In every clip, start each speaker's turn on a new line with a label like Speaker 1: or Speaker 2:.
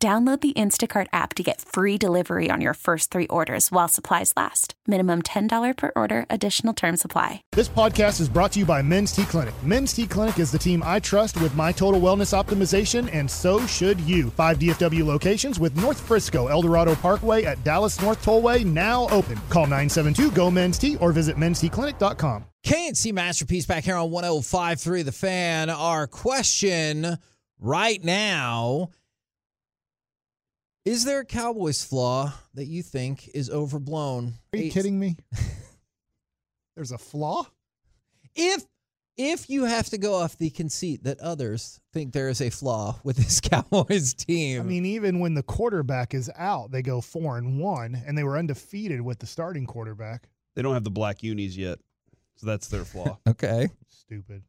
Speaker 1: Download the Instacart app to get free delivery on your first three orders while supplies last. Minimum $10 per order, additional term supply.
Speaker 2: This podcast is brought to you by Men's T Clinic. Men's T Clinic is the team I trust with my total wellness optimization, and so should you. Five DFW locations with North Frisco, Eldorado Parkway at Dallas North Tollway now open. Call 972 GO Men's T or visit mensteclinic.com.
Speaker 3: KNC Masterpiece back here on 1053 The Fan. Our question right now Is there a Cowboys flaw that you think is overblown?
Speaker 2: Are you
Speaker 3: Eight-
Speaker 2: kidding me? There's a flaw?
Speaker 3: If if you have to go off the conceit that others think there is a flaw with this Cowboys team,
Speaker 2: I mean, even when the quarterback is out, they go four and one, and they were undefeated with the starting quarterback.
Speaker 4: They don't have the black unis yet, so that's their flaw.
Speaker 3: okay.
Speaker 2: Stupid.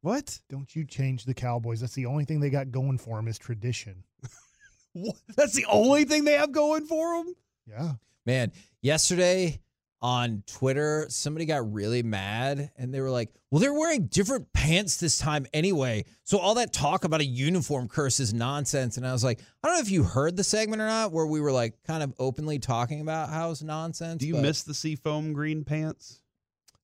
Speaker 4: what?
Speaker 2: Don't you change the Cowboys. That's the only thing they got going for them is tradition.
Speaker 4: what? That's the only thing they have going for them.
Speaker 2: Yeah.
Speaker 3: Man, yesterday on Twitter, somebody got really mad and they were like, well, they're wearing different pants this time anyway. So all that talk about a uniform curse is nonsense. And I was like, I don't know if you heard the segment or not, where we were like kind of openly talking about how it's nonsense.
Speaker 4: Do you
Speaker 3: but
Speaker 4: miss the seafoam green pants?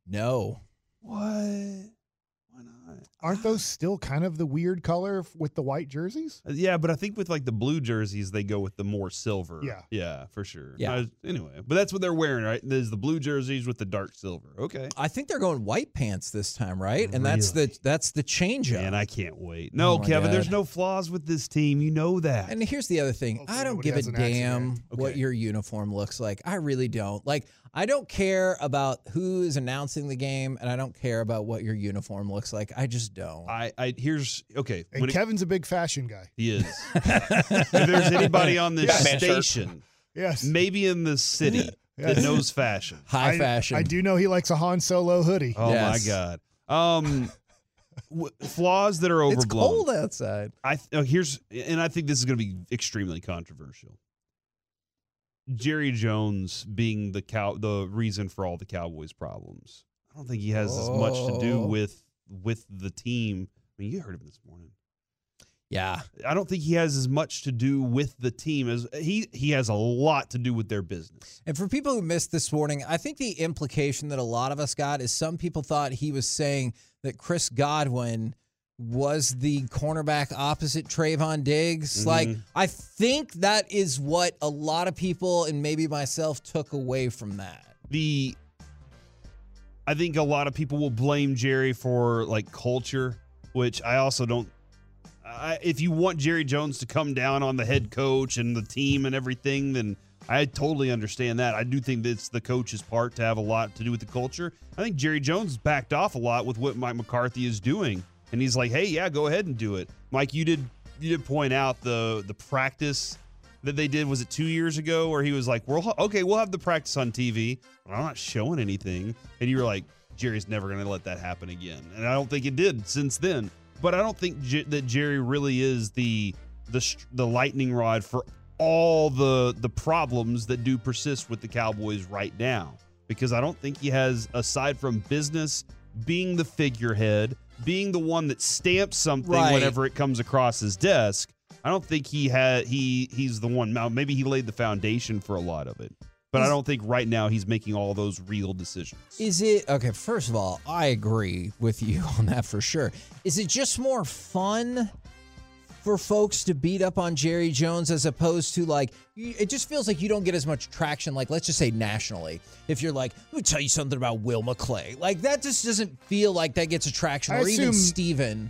Speaker 3: No.
Speaker 4: What? Why not?
Speaker 2: Aren't those still kind of the weird color f- with the white jerseys?
Speaker 4: Uh, Yeah, but I think with like the blue jerseys, they go with the more silver.
Speaker 2: Yeah.
Speaker 4: Yeah, for sure.
Speaker 3: Yeah.
Speaker 4: Uh, anyway, but that's what they're wearing, right? There's the blue jerseys with the dark silver. Okay.
Speaker 3: I think they're going white pants this time, right? And that's the that's the change up.
Speaker 4: Man, I can't wait. No,
Speaker 3: Oh my
Speaker 4: Kevin, there's
Speaker 3: God.
Speaker 4: no flaws with this team. You know that.
Speaker 3: And here's the other thing.
Speaker 2: Hopefully
Speaker 3: I don't
Speaker 2: nobody
Speaker 3: give a
Speaker 2: has an accident.
Speaker 3: damn what
Speaker 4: Okay.
Speaker 3: your uniform looks like. I really don't. Like, I don't care about who is announcing the game, and I don't care about what your uniform looks like. I just don't.
Speaker 4: I, I here's okay.
Speaker 2: And
Speaker 4: when it-
Speaker 2: Kevin's a big fashion guy.
Speaker 4: he is. if there's anybody on this
Speaker 5: Yeah, man, sure.
Speaker 4: station,
Speaker 2: Yes.
Speaker 4: maybe in the city
Speaker 2: Yes.
Speaker 4: that knows fashion.
Speaker 3: High
Speaker 2: I-
Speaker 3: fashion.
Speaker 2: I do know he likes a Han Solo hoodie.
Speaker 4: Oh
Speaker 3: Yes.
Speaker 4: my god. Um w- flaws that are overblown.
Speaker 3: It's cold outside.
Speaker 4: I th- oh, here's and I think this is going to be extremely controversial. Jerry Jones being the cow the reason for all the Cowboys problems. I don't think he has as much to do
Speaker 3: Oh.
Speaker 4: with with the team. I mean, you heard him this morning.
Speaker 3: Yeah.
Speaker 4: I don't think he has as much to do with the team as he he has a lot to do with their business.
Speaker 3: And for people who missed this morning, I think the implication that a lot of us got is some people thought he was saying that Chris Godwin was the cornerback opposite Trayvon Diggs. Like,
Speaker 4: Mhm.
Speaker 3: I think that is what a lot of people and maybe myself took away from that.
Speaker 4: The I think a lot of people will blame Jerry for like culture, which I also don't I, if you want Jerry Jones to come down on the head coach and the team and everything, then I totally understand that. I do think that it's the coach's part to have a lot to do with the culture. I think Jerry Jones backed off a lot with what Mike McCarthy is doing, and he's like, "Hey, yeah, go ahead and do it." Mike, you did you did point out the the practice that they did was it two years ago where he was like, "We're okay, we'll have the practice on TV, but I'm not showing anything," and you were like, "Jerry's never going to let that happen again," and I don't think it did since then but I don't think J- that Jerry really is the the str- the lightning rod for all the the problems that do persist with the Cowboys right now because I don't think he has aside from business being the figurehead, being the one that stamps something
Speaker 3: Right.
Speaker 4: whenever it comes across his desk. I don't think he had he he's the one. Now maybe he laid the foundation for a lot of it, but I
Speaker 3: He's-
Speaker 4: don't think right now he's making all those real decisions.
Speaker 3: Is it okay? First of all, I agree with you on that for sure. Is it just more fun for folks to beat up on Jerry Jones as opposed to like, you- it just feels like you don't get as much traction, like, let's just say nationally. If you're like, let me tell you something about Wilma Clay, like that just doesn't feel like that gets attraction
Speaker 2: I
Speaker 3: or even
Speaker 2: assume-
Speaker 3: Steven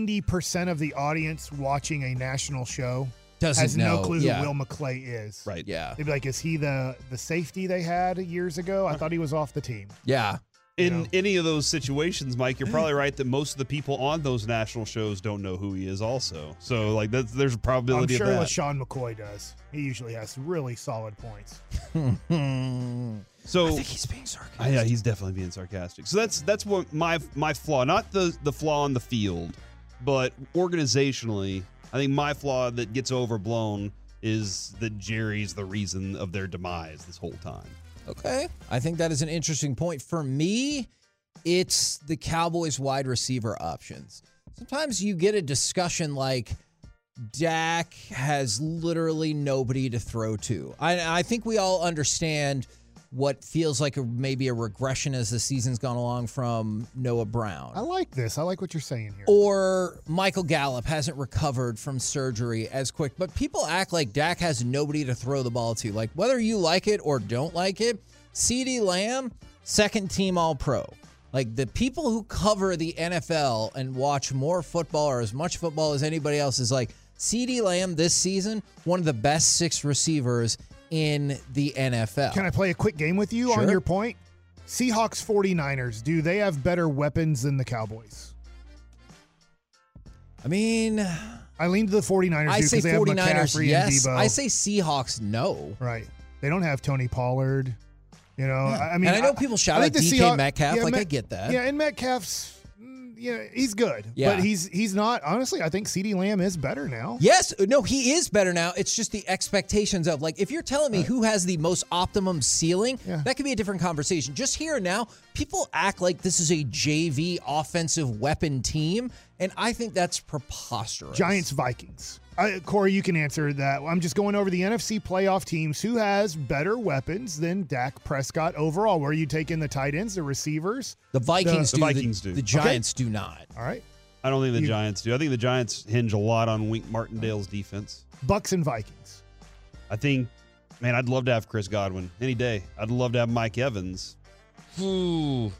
Speaker 2: 90% of the audience watching a national show
Speaker 3: doesn't
Speaker 2: has
Speaker 3: know.
Speaker 2: no clue
Speaker 3: yeah.
Speaker 2: who Will McClay is.
Speaker 4: Right.
Speaker 3: yeah.
Speaker 2: They'd be like, is he the, the safety they had years ago? I thought he was off the team.
Speaker 3: Yeah.
Speaker 4: in
Speaker 2: you know.
Speaker 4: any of those situations, Mike, you're probably right that most of the people on those national shows don't know who he is, also. So, like, that's, there's a
Speaker 2: I'm
Speaker 4: probability
Speaker 2: sure
Speaker 4: of that.
Speaker 2: LaShawn McCoy does. He usually has really solid points.
Speaker 3: I
Speaker 4: so,
Speaker 3: think he's being sarcastic.
Speaker 4: Ah, yeah, he's definitely being sarcastic. So that's that's what my my flaw, not the the flaw on the field, but organizationally, I think my flaw that gets overblown is that Jerry's the reason of their demise this whole time.
Speaker 3: Okay. I think that is an interesting point. For me, it's the Cowboys wide receiver options. Sometimes you get a discussion like Dak has literally nobody to throw to. I, I think we all understand what feels like a, maybe a regression as the season's gone along from Noah Brown.
Speaker 2: I like this. I like what you're saying here.
Speaker 3: Or Michael Gallup hasn't recovered from surgery as quick. But people act like Dak has nobody to throw the ball to. Like, whether you like it or don't like it, CeeDee Lamb, second team All Pro. Like, the people who cover the NFL and watch more football or as much football as anybody else is like, CeeDee Lamb this season, one of the best six receivers in the NFL.
Speaker 2: Can I play a quick game with you on
Speaker 3: Sure.
Speaker 2: your point? Seahawks 49ers, do they have better weapons than the Cowboys?
Speaker 3: I mean,
Speaker 2: I lean to the 49ers
Speaker 3: I
Speaker 2: do
Speaker 3: say
Speaker 2: because they have
Speaker 3: 49ers,
Speaker 2: McCaffrey
Speaker 3: yes.
Speaker 2: and Debo.
Speaker 3: I say Seahawks, no.
Speaker 2: right. They don't have Tony Pollard. You know, I I mean,
Speaker 3: and I know people shout
Speaker 2: I think
Speaker 3: out
Speaker 2: the
Speaker 3: DK
Speaker 2: Seahawks-
Speaker 3: Metcalf.
Speaker 2: yeah,
Speaker 3: like
Speaker 2: Ma-
Speaker 3: I get that.
Speaker 2: Yeah, and Metcalf's, mm, yeah, he's good,
Speaker 3: Yeah.
Speaker 2: but he's he's not. Honestly, I think Ceedee Lamb is better now.
Speaker 3: Yes, no, he is better now. It's just the expectations of like if you're telling me who has the most optimum ceiling,
Speaker 2: Yeah.
Speaker 3: that could be a different conversation. Just here and now, people act like this is a JV offensive weapon team, and I think that's preposterous.
Speaker 2: Giants Vikings. I, Corey, you can answer that. I'm just going over the NFC playoff teams. Who has better weapons than Dak Prescott overall? Where you taking the tight ends, the receivers?
Speaker 3: the Vikings
Speaker 4: The
Speaker 3: do.
Speaker 4: Vikings do.
Speaker 3: The
Speaker 4: Okay.
Speaker 3: Giants do not.
Speaker 2: All right,
Speaker 4: I don't think the
Speaker 2: You-
Speaker 4: Giants do. I think the Giants hinge a lot on Wink Martindale's defense.
Speaker 2: Bucks and Vikings.
Speaker 4: I think, man, I'd love to have Chris Godwin any day. I'd love to have Mike Evans. Ooh.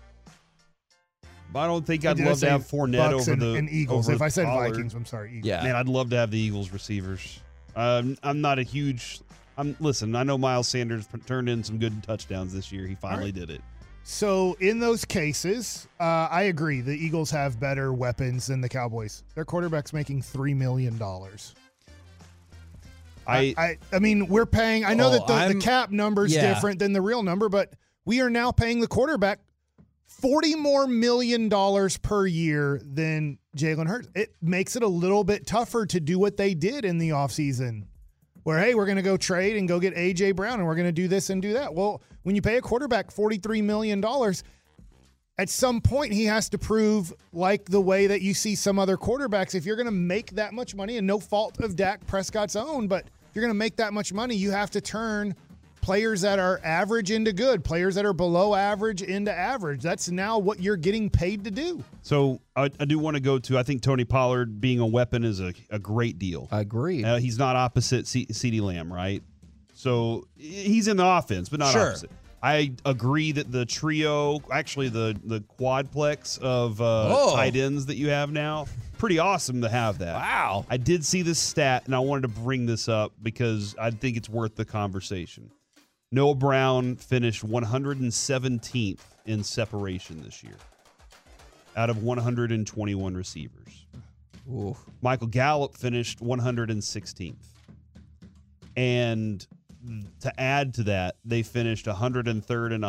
Speaker 4: But I don't think I'd
Speaker 2: Did I
Speaker 4: love
Speaker 2: say
Speaker 4: to have Fournette
Speaker 2: Bucks
Speaker 4: over
Speaker 2: and,
Speaker 4: the
Speaker 2: and Eagles.
Speaker 4: over
Speaker 2: If I said
Speaker 4: Pollard.
Speaker 2: Vikings, I'm sorry. Eagles.
Speaker 3: Yeah.
Speaker 4: Man, I'd love to have the Eagles receivers. Um, I'm not a huge. I'm listen. I know Miles Sanders p- turned in some good touchdowns this year. He finally did it.
Speaker 2: So in those cases, uh, I agree. The Eagles have better weapons than the Cowboys. Their quarterback's making three million dollars.
Speaker 4: I,
Speaker 2: I, I mean, we're paying. I know
Speaker 3: Oh,
Speaker 2: that the,
Speaker 3: I'm-
Speaker 2: the cap number's
Speaker 3: yeah.
Speaker 2: different than the real number, but we are now paying the quarterback forty more million dollars per year than Jalen Hurts. It makes it a little bit tougher to do what they did in the offseason. Where hey, we're gonna go trade and go get AJ Brown and we're gonna do this and do that. Well, when you pay a quarterback forty-three million dollars, at some point he has to prove like the way that you see some other quarterbacks if you're going to make that much money and no fault of Dak Prescott's own but if you're going to make that much money you have to turn players that are average into good players that are below average into average that's now what you're getting paid to do
Speaker 4: so I, I do want to go to. I think Tony Pollard being a weapon is a, a great deal.
Speaker 3: Agree.
Speaker 4: Uh, he's not opposite C- Ceedee Lamb, right? So i- he's in the offense, but not
Speaker 3: Sure.
Speaker 4: opposite. I agree that the trio, actually the the quadplex of uh,
Speaker 3: Oh.
Speaker 4: tight ends that you have now, pretty awesome to have that.
Speaker 3: wow.
Speaker 4: I did see this stat, and I wanted to bring this up because I think it's worth the conversation. Noah Brown finished 117th in separation this year out of 121 receivers.
Speaker 3: Ooh.
Speaker 4: Michael Gallup finished 116th. And to add to that, they finished 103rd and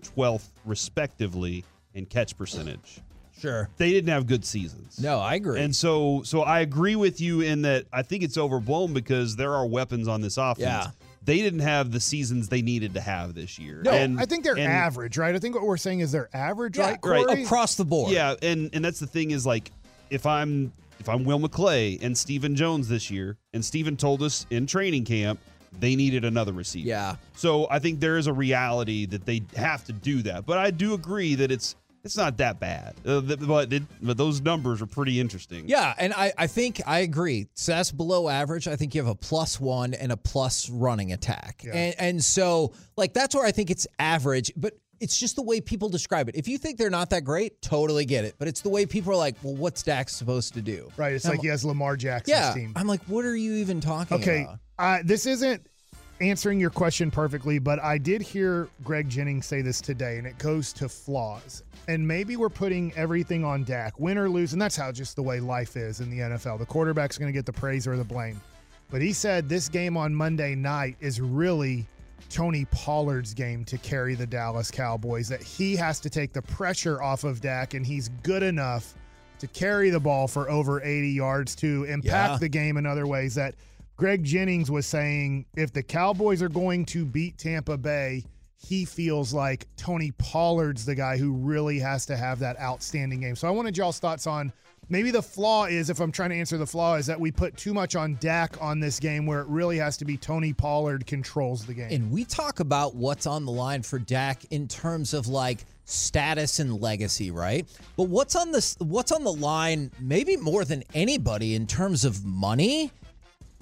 Speaker 4: 112th, respectively, in catch percentage.
Speaker 3: Sure.
Speaker 4: They didn't have good seasons.
Speaker 3: No, I agree.
Speaker 4: And so, so I agree with you in that I think it's overblown because there are weapons on this offense.
Speaker 3: Yeah.
Speaker 4: They didn't have the seasons they needed to have this year.
Speaker 3: No,
Speaker 4: and,
Speaker 2: i think they're
Speaker 4: and-
Speaker 2: average right i think what we're saying is they're average
Speaker 3: Yeah,
Speaker 2: right
Speaker 4: right.
Speaker 2: Corey?
Speaker 3: across the board.
Speaker 4: Yeah, and and that's the thing is like if I'm if I'm Will McClay and Stephen Jones this year, and Stephen told us in training camp they needed another receiver.
Speaker 3: Yeah.
Speaker 4: So I think there is a reality that they have to do that. But I do agree that it's it's not that bad. Uh, th- but it, but those numbers are pretty interesting.
Speaker 3: Yeah, and I, I think I agree. So that's below average. I think you have a plus one and a plus running attack. And and so like that's where I think it's average, but it's just the way people describe it. If you think they're not that great, totally get it. But it's the way people are like, well, what's Dak supposed to do?
Speaker 2: right it's
Speaker 3: And
Speaker 2: like
Speaker 3: I'm-
Speaker 2: he has lamar jackson's
Speaker 3: yeah.
Speaker 2: team
Speaker 3: I'm like, what are you even talking
Speaker 2: okay
Speaker 3: about?
Speaker 2: uh, this isn't answering your question perfectly, but I did hear Greg Jennings say this today, and it goes to flaws. And maybe we're putting everything on Dak, win or lose, and that's how just the way life is in the NFL. The quarterback's going to get the praise or the blame. But he said this game on Monday night is really Tony Pollard's game to carry the Dallas Cowboys, that he has to take the pressure off of Dak, and he's good enough to carry the ball for over 80 yards to impact
Speaker 3: Yeah.
Speaker 2: the game in other ways that Greg Jennings was saying if the Cowboys are going to beat Tampa Bay, he feels like Tony Pollard's the guy who really has to have that outstanding game. So I wanted y'all's thoughts on maybe the flaw is, if I'm trying to answer the flaw, is that we put too much on Dak on this game where it really has to be Tony Pollard controls the game.
Speaker 3: And we talk about what's on the line for Dak in terms of like status and legacy, right? But what's on this what's on the line maybe more than anybody in terms of money?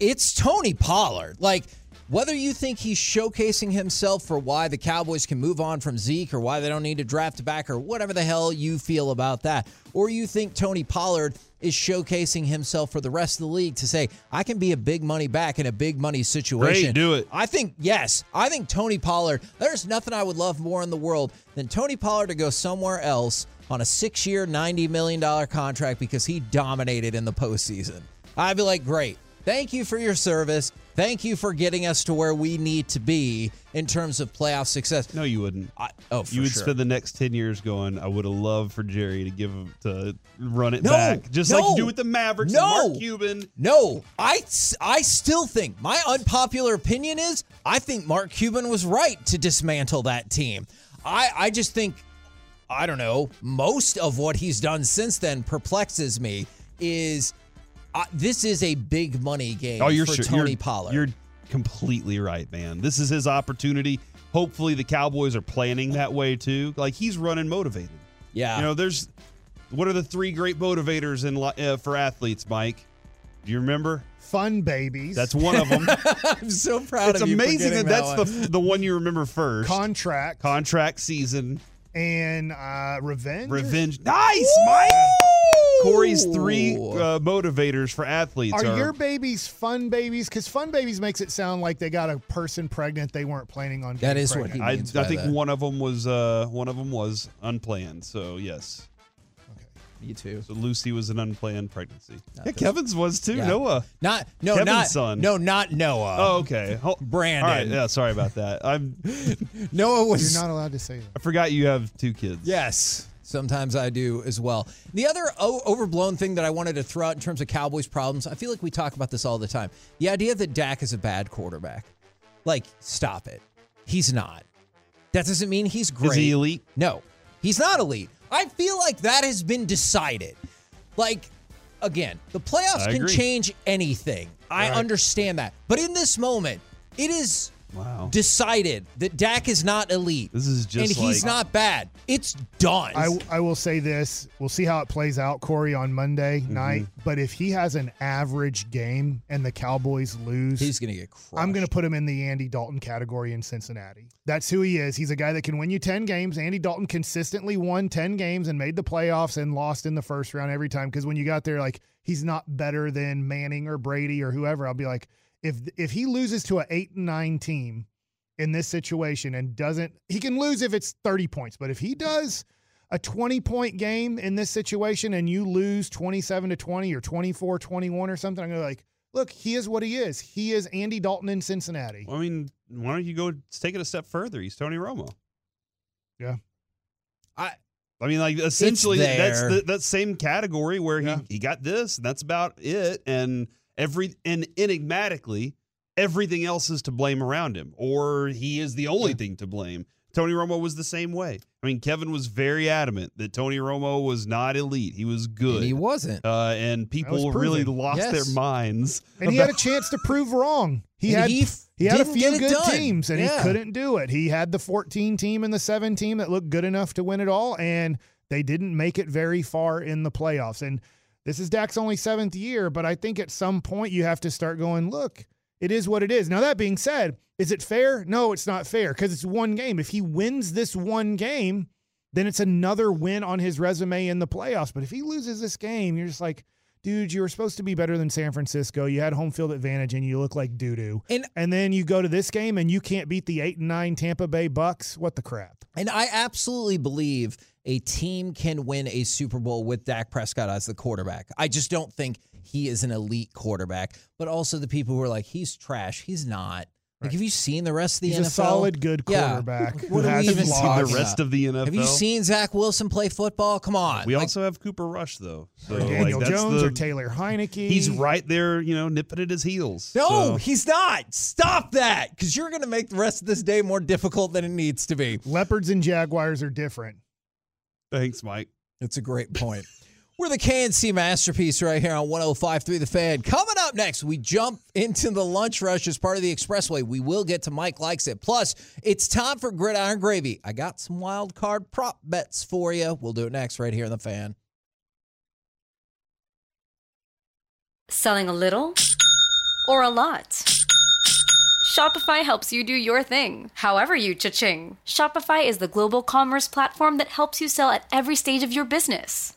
Speaker 3: It's Tony Pollard. Like whether you think he's showcasing himself for why the Cowboys can move on from Zeke or why they don't need to draft back or whatever the hell you feel about that, or you think Tony Pollard is showcasing himself for the rest of the league to say, I can be a big money back in a big money situation.
Speaker 4: do it.
Speaker 3: I think yes. I think Tony Pollard. There's nothing I would love more in the world than Tony Pollard to go somewhere else on a six-year, ninety million dollar contract because he dominated in the postseason. I'd be like, great. Thank you for your service. Thank you for getting us to where we need to be in terms of playoff success.
Speaker 4: No, you wouldn't.
Speaker 3: I, oh, for
Speaker 4: you would
Speaker 3: sure.
Speaker 4: spend the next ten years going. I would have loved for Jerry to give him to run it
Speaker 3: No,
Speaker 4: back, just like
Speaker 3: no,
Speaker 4: you do with the Mavericks. and
Speaker 3: no.
Speaker 4: Mark Cuban.
Speaker 3: no, I I still think my unpopular opinion is I think Mark Cuban was right to dismantle that team. I I just think I don't know, most of what he's done since then perplexes me is uh, this is a big money game for
Speaker 4: Oh, sure-
Speaker 3: Tony Pollard.
Speaker 4: You're completely right, man. This is his opportunity. Hopefully, the Cowboys are planning that way too. Like he's running motivated.
Speaker 3: yeah.
Speaker 4: You know, there's what are the three great motivators in li- uh, for athletes, Mike? Do you remember?
Speaker 2: Fun babies.
Speaker 4: That's one of them.
Speaker 3: I'm so proud
Speaker 4: it's
Speaker 3: of you. for
Speaker 4: amazing
Speaker 3: getting
Speaker 4: that
Speaker 3: that
Speaker 4: that's the the one you remember first.
Speaker 2: contract
Speaker 4: Contract season,
Speaker 2: and uh, revenge.
Speaker 4: revenge. Nice, Mike. Corey's three
Speaker 3: Ooh.
Speaker 4: uh, motivators for athletes
Speaker 2: Are
Speaker 4: are,
Speaker 2: your babies fun babies? Because fun babies makes it sound like they got a person pregnant they weren't planning on.
Speaker 3: That
Speaker 2: getting
Speaker 3: is what
Speaker 2: pregnant.
Speaker 3: he-
Speaker 4: I, I
Speaker 3: means by
Speaker 4: think
Speaker 3: that.
Speaker 4: one of them was uh, one of them was unplanned. So yes,
Speaker 3: you too.
Speaker 4: so Lucy was an unplanned pregnancy. Yeah, Kevin's was too.
Speaker 3: Yeah.
Speaker 4: Noah.
Speaker 3: Not no
Speaker 4: Kevin's
Speaker 3: not
Speaker 4: son.
Speaker 3: no not Noah.
Speaker 4: Oh, okay. Oh,
Speaker 3: Brandon.
Speaker 4: All right. Yeah, sorry about that. I'm,
Speaker 3: Noah was
Speaker 2: You're not allowed to say that.
Speaker 4: I forgot you have two kids.
Speaker 3: Yes. Sometimes I do as well. The other o- overblown thing that I wanted to throw out in terms of Cowboys problems, I feel like we talk about this all the time. The idea that Dak is a bad quarterback. Like, stop it. He's not. That doesn't mean he's great.
Speaker 4: Is he elite?
Speaker 3: No, he's not elite. I feel like that has been decided. Like, again, the playoffs
Speaker 4: I
Speaker 3: can
Speaker 4: agree.
Speaker 3: change anything. I understand that. But in this moment, it is
Speaker 4: Wow.
Speaker 3: decided that Dak is not elite.
Speaker 4: This is just
Speaker 3: and he's
Speaker 4: like-
Speaker 3: not bad. It's done.
Speaker 2: I, I will say this. We'll see how it plays out, Corey, on Monday
Speaker 3: Mm-hmm.
Speaker 2: night. But if he has an average game and the Cowboys lose,
Speaker 3: he's gonna get crushed.
Speaker 2: I'm going to put him in the Andy Dalton category in Cincinnati. That's who he is. He's a guy that can win you 10 games. Andy Dalton consistently won 10 games and made the playoffs and lost in the first round every time. Because when you got there, like, he's not better than Manning or Brady or whoever. I'll be like, if if he loses to an eight and nine team in this situation and doesn't, he can lose if it's 30 points. But if he does a 20 point game in this situation and you lose 27 to 20 or 24 21 or something, I'm going to be like, look, he is what he is. He is Andy Dalton in Cincinnati.
Speaker 4: I mean, why don't you go take it a step further? He's Tony Romo.
Speaker 2: Yeah.
Speaker 4: I I mean, like essentially
Speaker 3: It's
Speaker 4: that's
Speaker 3: there.
Speaker 4: the, that same category where
Speaker 2: Yeah.
Speaker 4: he, he got this, and that's about it. And every and enigmatically, everything else is to blame around him, or he is the only thing to blame. Tony Romo was the same way. I mean, Kevin was very adamant that Tony Romo was not elite. He was good.
Speaker 3: And he wasn't.
Speaker 4: uh, and people
Speaker 2: was
Speaker 4: really
Speaker 2: proven.
Speaker 4: lost
Speaker 3: Yes.
Speaker 4: their minds.
Speaker 2: And he had a chance to prove wrong. He
Speaker 3: And
Speaker 2: had
Speaker 3: he
Speaker 2: he,
Speaker 3: f-
Speaker 2: had a
Speaker 3: didn't get
Speaker 2: few
Speaker 3: it
Speaker 2: good
Speaker 3: done.
Speaker 2: teams and
Speaker 3: Yeah.
Speaker 2: he couldn't do it. He had the 14 team and the 7 team that looked good enough to win it all and they didn't make it very far in the playoffs. And this is Dak's only 7th year, but I think at some point you have to start going, look, it is what it is. Now that being said, is it fair? No, it's not fair cuz it's one game. If he wins this one game, then it's another win on his resume in the playoffs. But if he loses this game, you're just like, dude, you were supposed to be better than San Francisco. You had home field advantage and you look like doo doo.
Speaker 3: And-
Speaker 2: and then you go to this game and you can't beat the eight and nine Tampa Bay Bucks. What the crap?
Speaker 3: And I absolutely believe a team can win a Super Bowl with Dak Prescott as the quarterback. I just don't think he is an elite quarterback. But also the people who are like, he's trash. He's not. Like, have you seen the rest of the
Speaker 2: He's
Speaker 3: NFL?
Speaker 2: a solid, good
Speaker 3: Yeah.
Speaker 2: quarterback who
Speaker 3: What are we
Speaker 2: has
Speaker 3: even
Speaker 2: flaws.
Speaker 3: talking
Speaker 4: the rest
Speaker 3: about?
Speaker 4: of the NFL.
Speaker 3: Have you seen Zach Wilson play football? Come on.
Speaker 4: We
Speaker 3: Like,
Speaker 4: also have Cooper Rush though. So
Speaker 2: Or
Speaker 4: like,
Speaker 2: Daniel
Speaker 4: that's
Speaker 2: Jones
Speaker 4: the-
Speaker 2: or Taylor Heineke.
Speaker 4: He's right there, you know, nipping at his heels.
Speaker 3: no,
Speaker 4: So-
Speaker 3: he's not. Stop that. Because you're going to make the rest of this day more difficult than it needs to be.
Speaker 2: Leopards and Jaguars are different.
Speaker 4: thanks, Mike.
Speaker 3: It's a great point. We're the KNC masterpiece right here on 1053 The Fan. Coming up next, we jump into the lunch rush as part of the expressway. We will get to Mike Likes It. Plus, it's time for Gridiron Gravy. I got some wild card prop bets for you. We'll do it next right here on The Fan.
Speaker 5: Selling a little or a lot? Shopify helps you do your thing, however you cha-ching. Shopify is the global commerce platform that helps you sell at every stage of your business.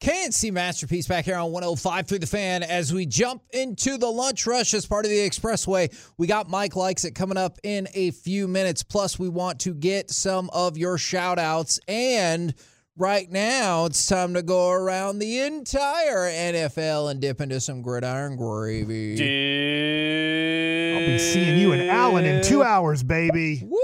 Speaker 3: KNC Masterpiece back here on 105 through the fan as we jump into the lunch rush as part of the expressway. We got Mike Likes It coming up in a few minutes. Plus, we want to get some of your shout outs. And right now, it's time to go around the entire NFL and dip into some gridiron gravy.
Speaker 2: I'll be seeing you and Allen in two hours, baby.
Speaker 3: Woo!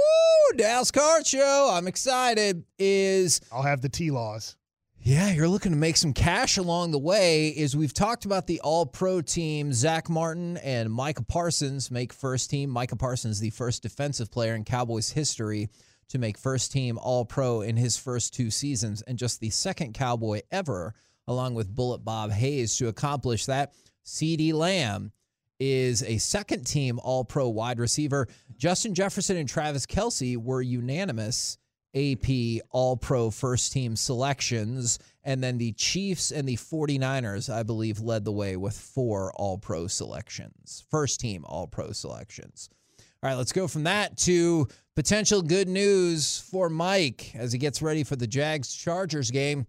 Speaker 3: Dallas Card Show. I'm excited. Is
Speaker 2: I'll have the T laws.
Speaker 3: Yeah, you're looking to make some cash along the way. Is we've talked about the All Pro team. Zach Martin and Micah Parsons make first team. Micah Parsons, the first defensive player in Cowboys history to make first team All Pro in his first two seasons, and just the second Cowboy ever, along with Bullet Bob Hayes, to accomplish that. C.D. Lamb is a second team All Pro wide receiver. Justin Jefferson and Travis Kelsey were unanimous AP All Pro first team selections. And then the Chiefs and the 49ers, I believe, led the way with four All Pro selections, first team All Pro selections. All right, let's go from that to potential good news for Mike as he gets ready for the Jags Chargers game.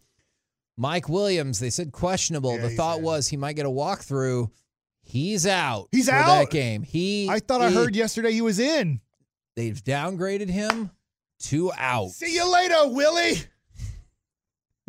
Speaker 3: Mike Williams, they said questionable.
Speaker 2: Yeah,
Speaker 3: the
Speaker 2: he's
Speaker 3: thought
Speaker 2: out.
Speaker 3: was he might get a walkthrough. He's out.
Speaker 2: He's
Speaker 3: for
Speaker 2: out?
Speaker 3: that game. He.
Speaker 2: I thought I
Speaker 3: he-
Speaker 2: heard yesterday he was in.
Speaker 3: They've downgraded him to out.
Speaker 2: See you later, Willie.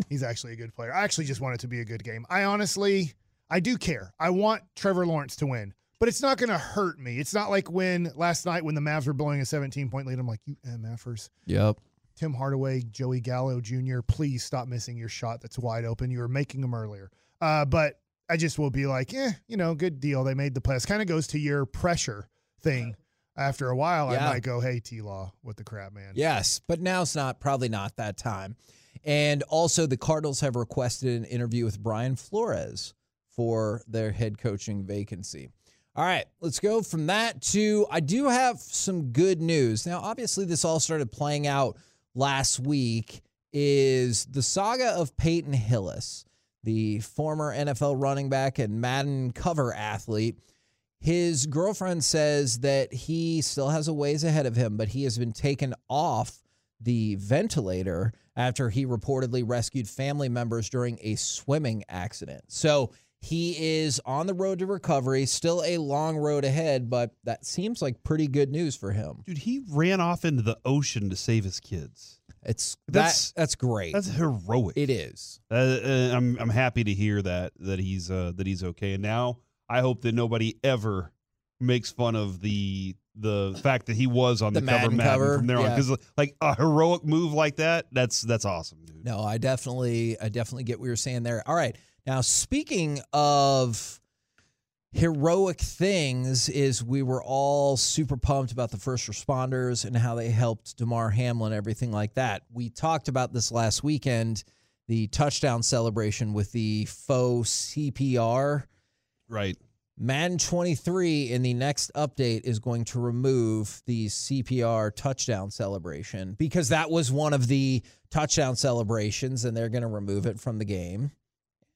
Speaker 2: He's actually a good player. I actually just want it to be a good game. I honestly, I do care. I want Trevor Lawrence to win, but it's not going to hurt me. It's not like when last night when the Mavs were blowing a 17 point lead. I'm like, you MFers.
Speaker 3: Yep.
Speaker 2: Tim Hardaway, Joey Gallo Jr., please stop missing your shot that's wide open. You were making them earlier. Uh, but I just will be like, eh, you know, good deal. They made the playoffs. Kind of goes to your pressure thing. After a while,
Speaker 3: Yeah.
Speaker 2: I might go, hey, T Law, what the crap, man?
Speaker 3: Yes, but now it's not probably not that time. And also, the Cardinals have requested an interview with Brian Flores for their head coaching vacancy. All right, let's go from that to I do have some good news. Now, obviously, this all started playing out last week. Is the saga of Peyton Hillis, the former NFL running back and Madden cover athlete? His girlfriend says that he still has a ways ahead of him, but he has been taken off the ventilator after he reportedly rescued family members during a swimming accident. So he is on the road to recovery, still a long road ahead, but that seems like pretty good news for him.
Speaker 4: Dude, he ran off into the ocean to save his kids.
Speaker 3: It's that's
Speaker 4: That's-
Speaker 3: that, that's great.
Speaker 4: That's heroic.
Speaker 3: it is.
Speaker 4: Uh, uh, I'm I'm happy to hear that that he's uh, that he's okay. And now I hope that nobody ever makes fun of the the fact that he was on
Speaker 3: The
Speaker 4: the, cover
Speaker 3: Madden
Speaker 4: Madden
Speaker 3: cover,
Speaker 4: from there on
Speaker 3: yeah.
Speaker 4: because like a heroic move like that that's that's awesome, dude.
Speaker 3: No, I definitely I definitely get what you're saying there. All right. Now speaking of heroic things is we were all super pumped about the first responders and how they helped DeMar Hamlin everything like that. We talked about this last weekend, the touchdown celebration with the faux CPR.
Speaker 4: Right.
Speaker 3: Madden 23 in the next update is going to remove the CPR touchdown celebration because that was one of the touchdown celebrations and they're going to remove it from the game.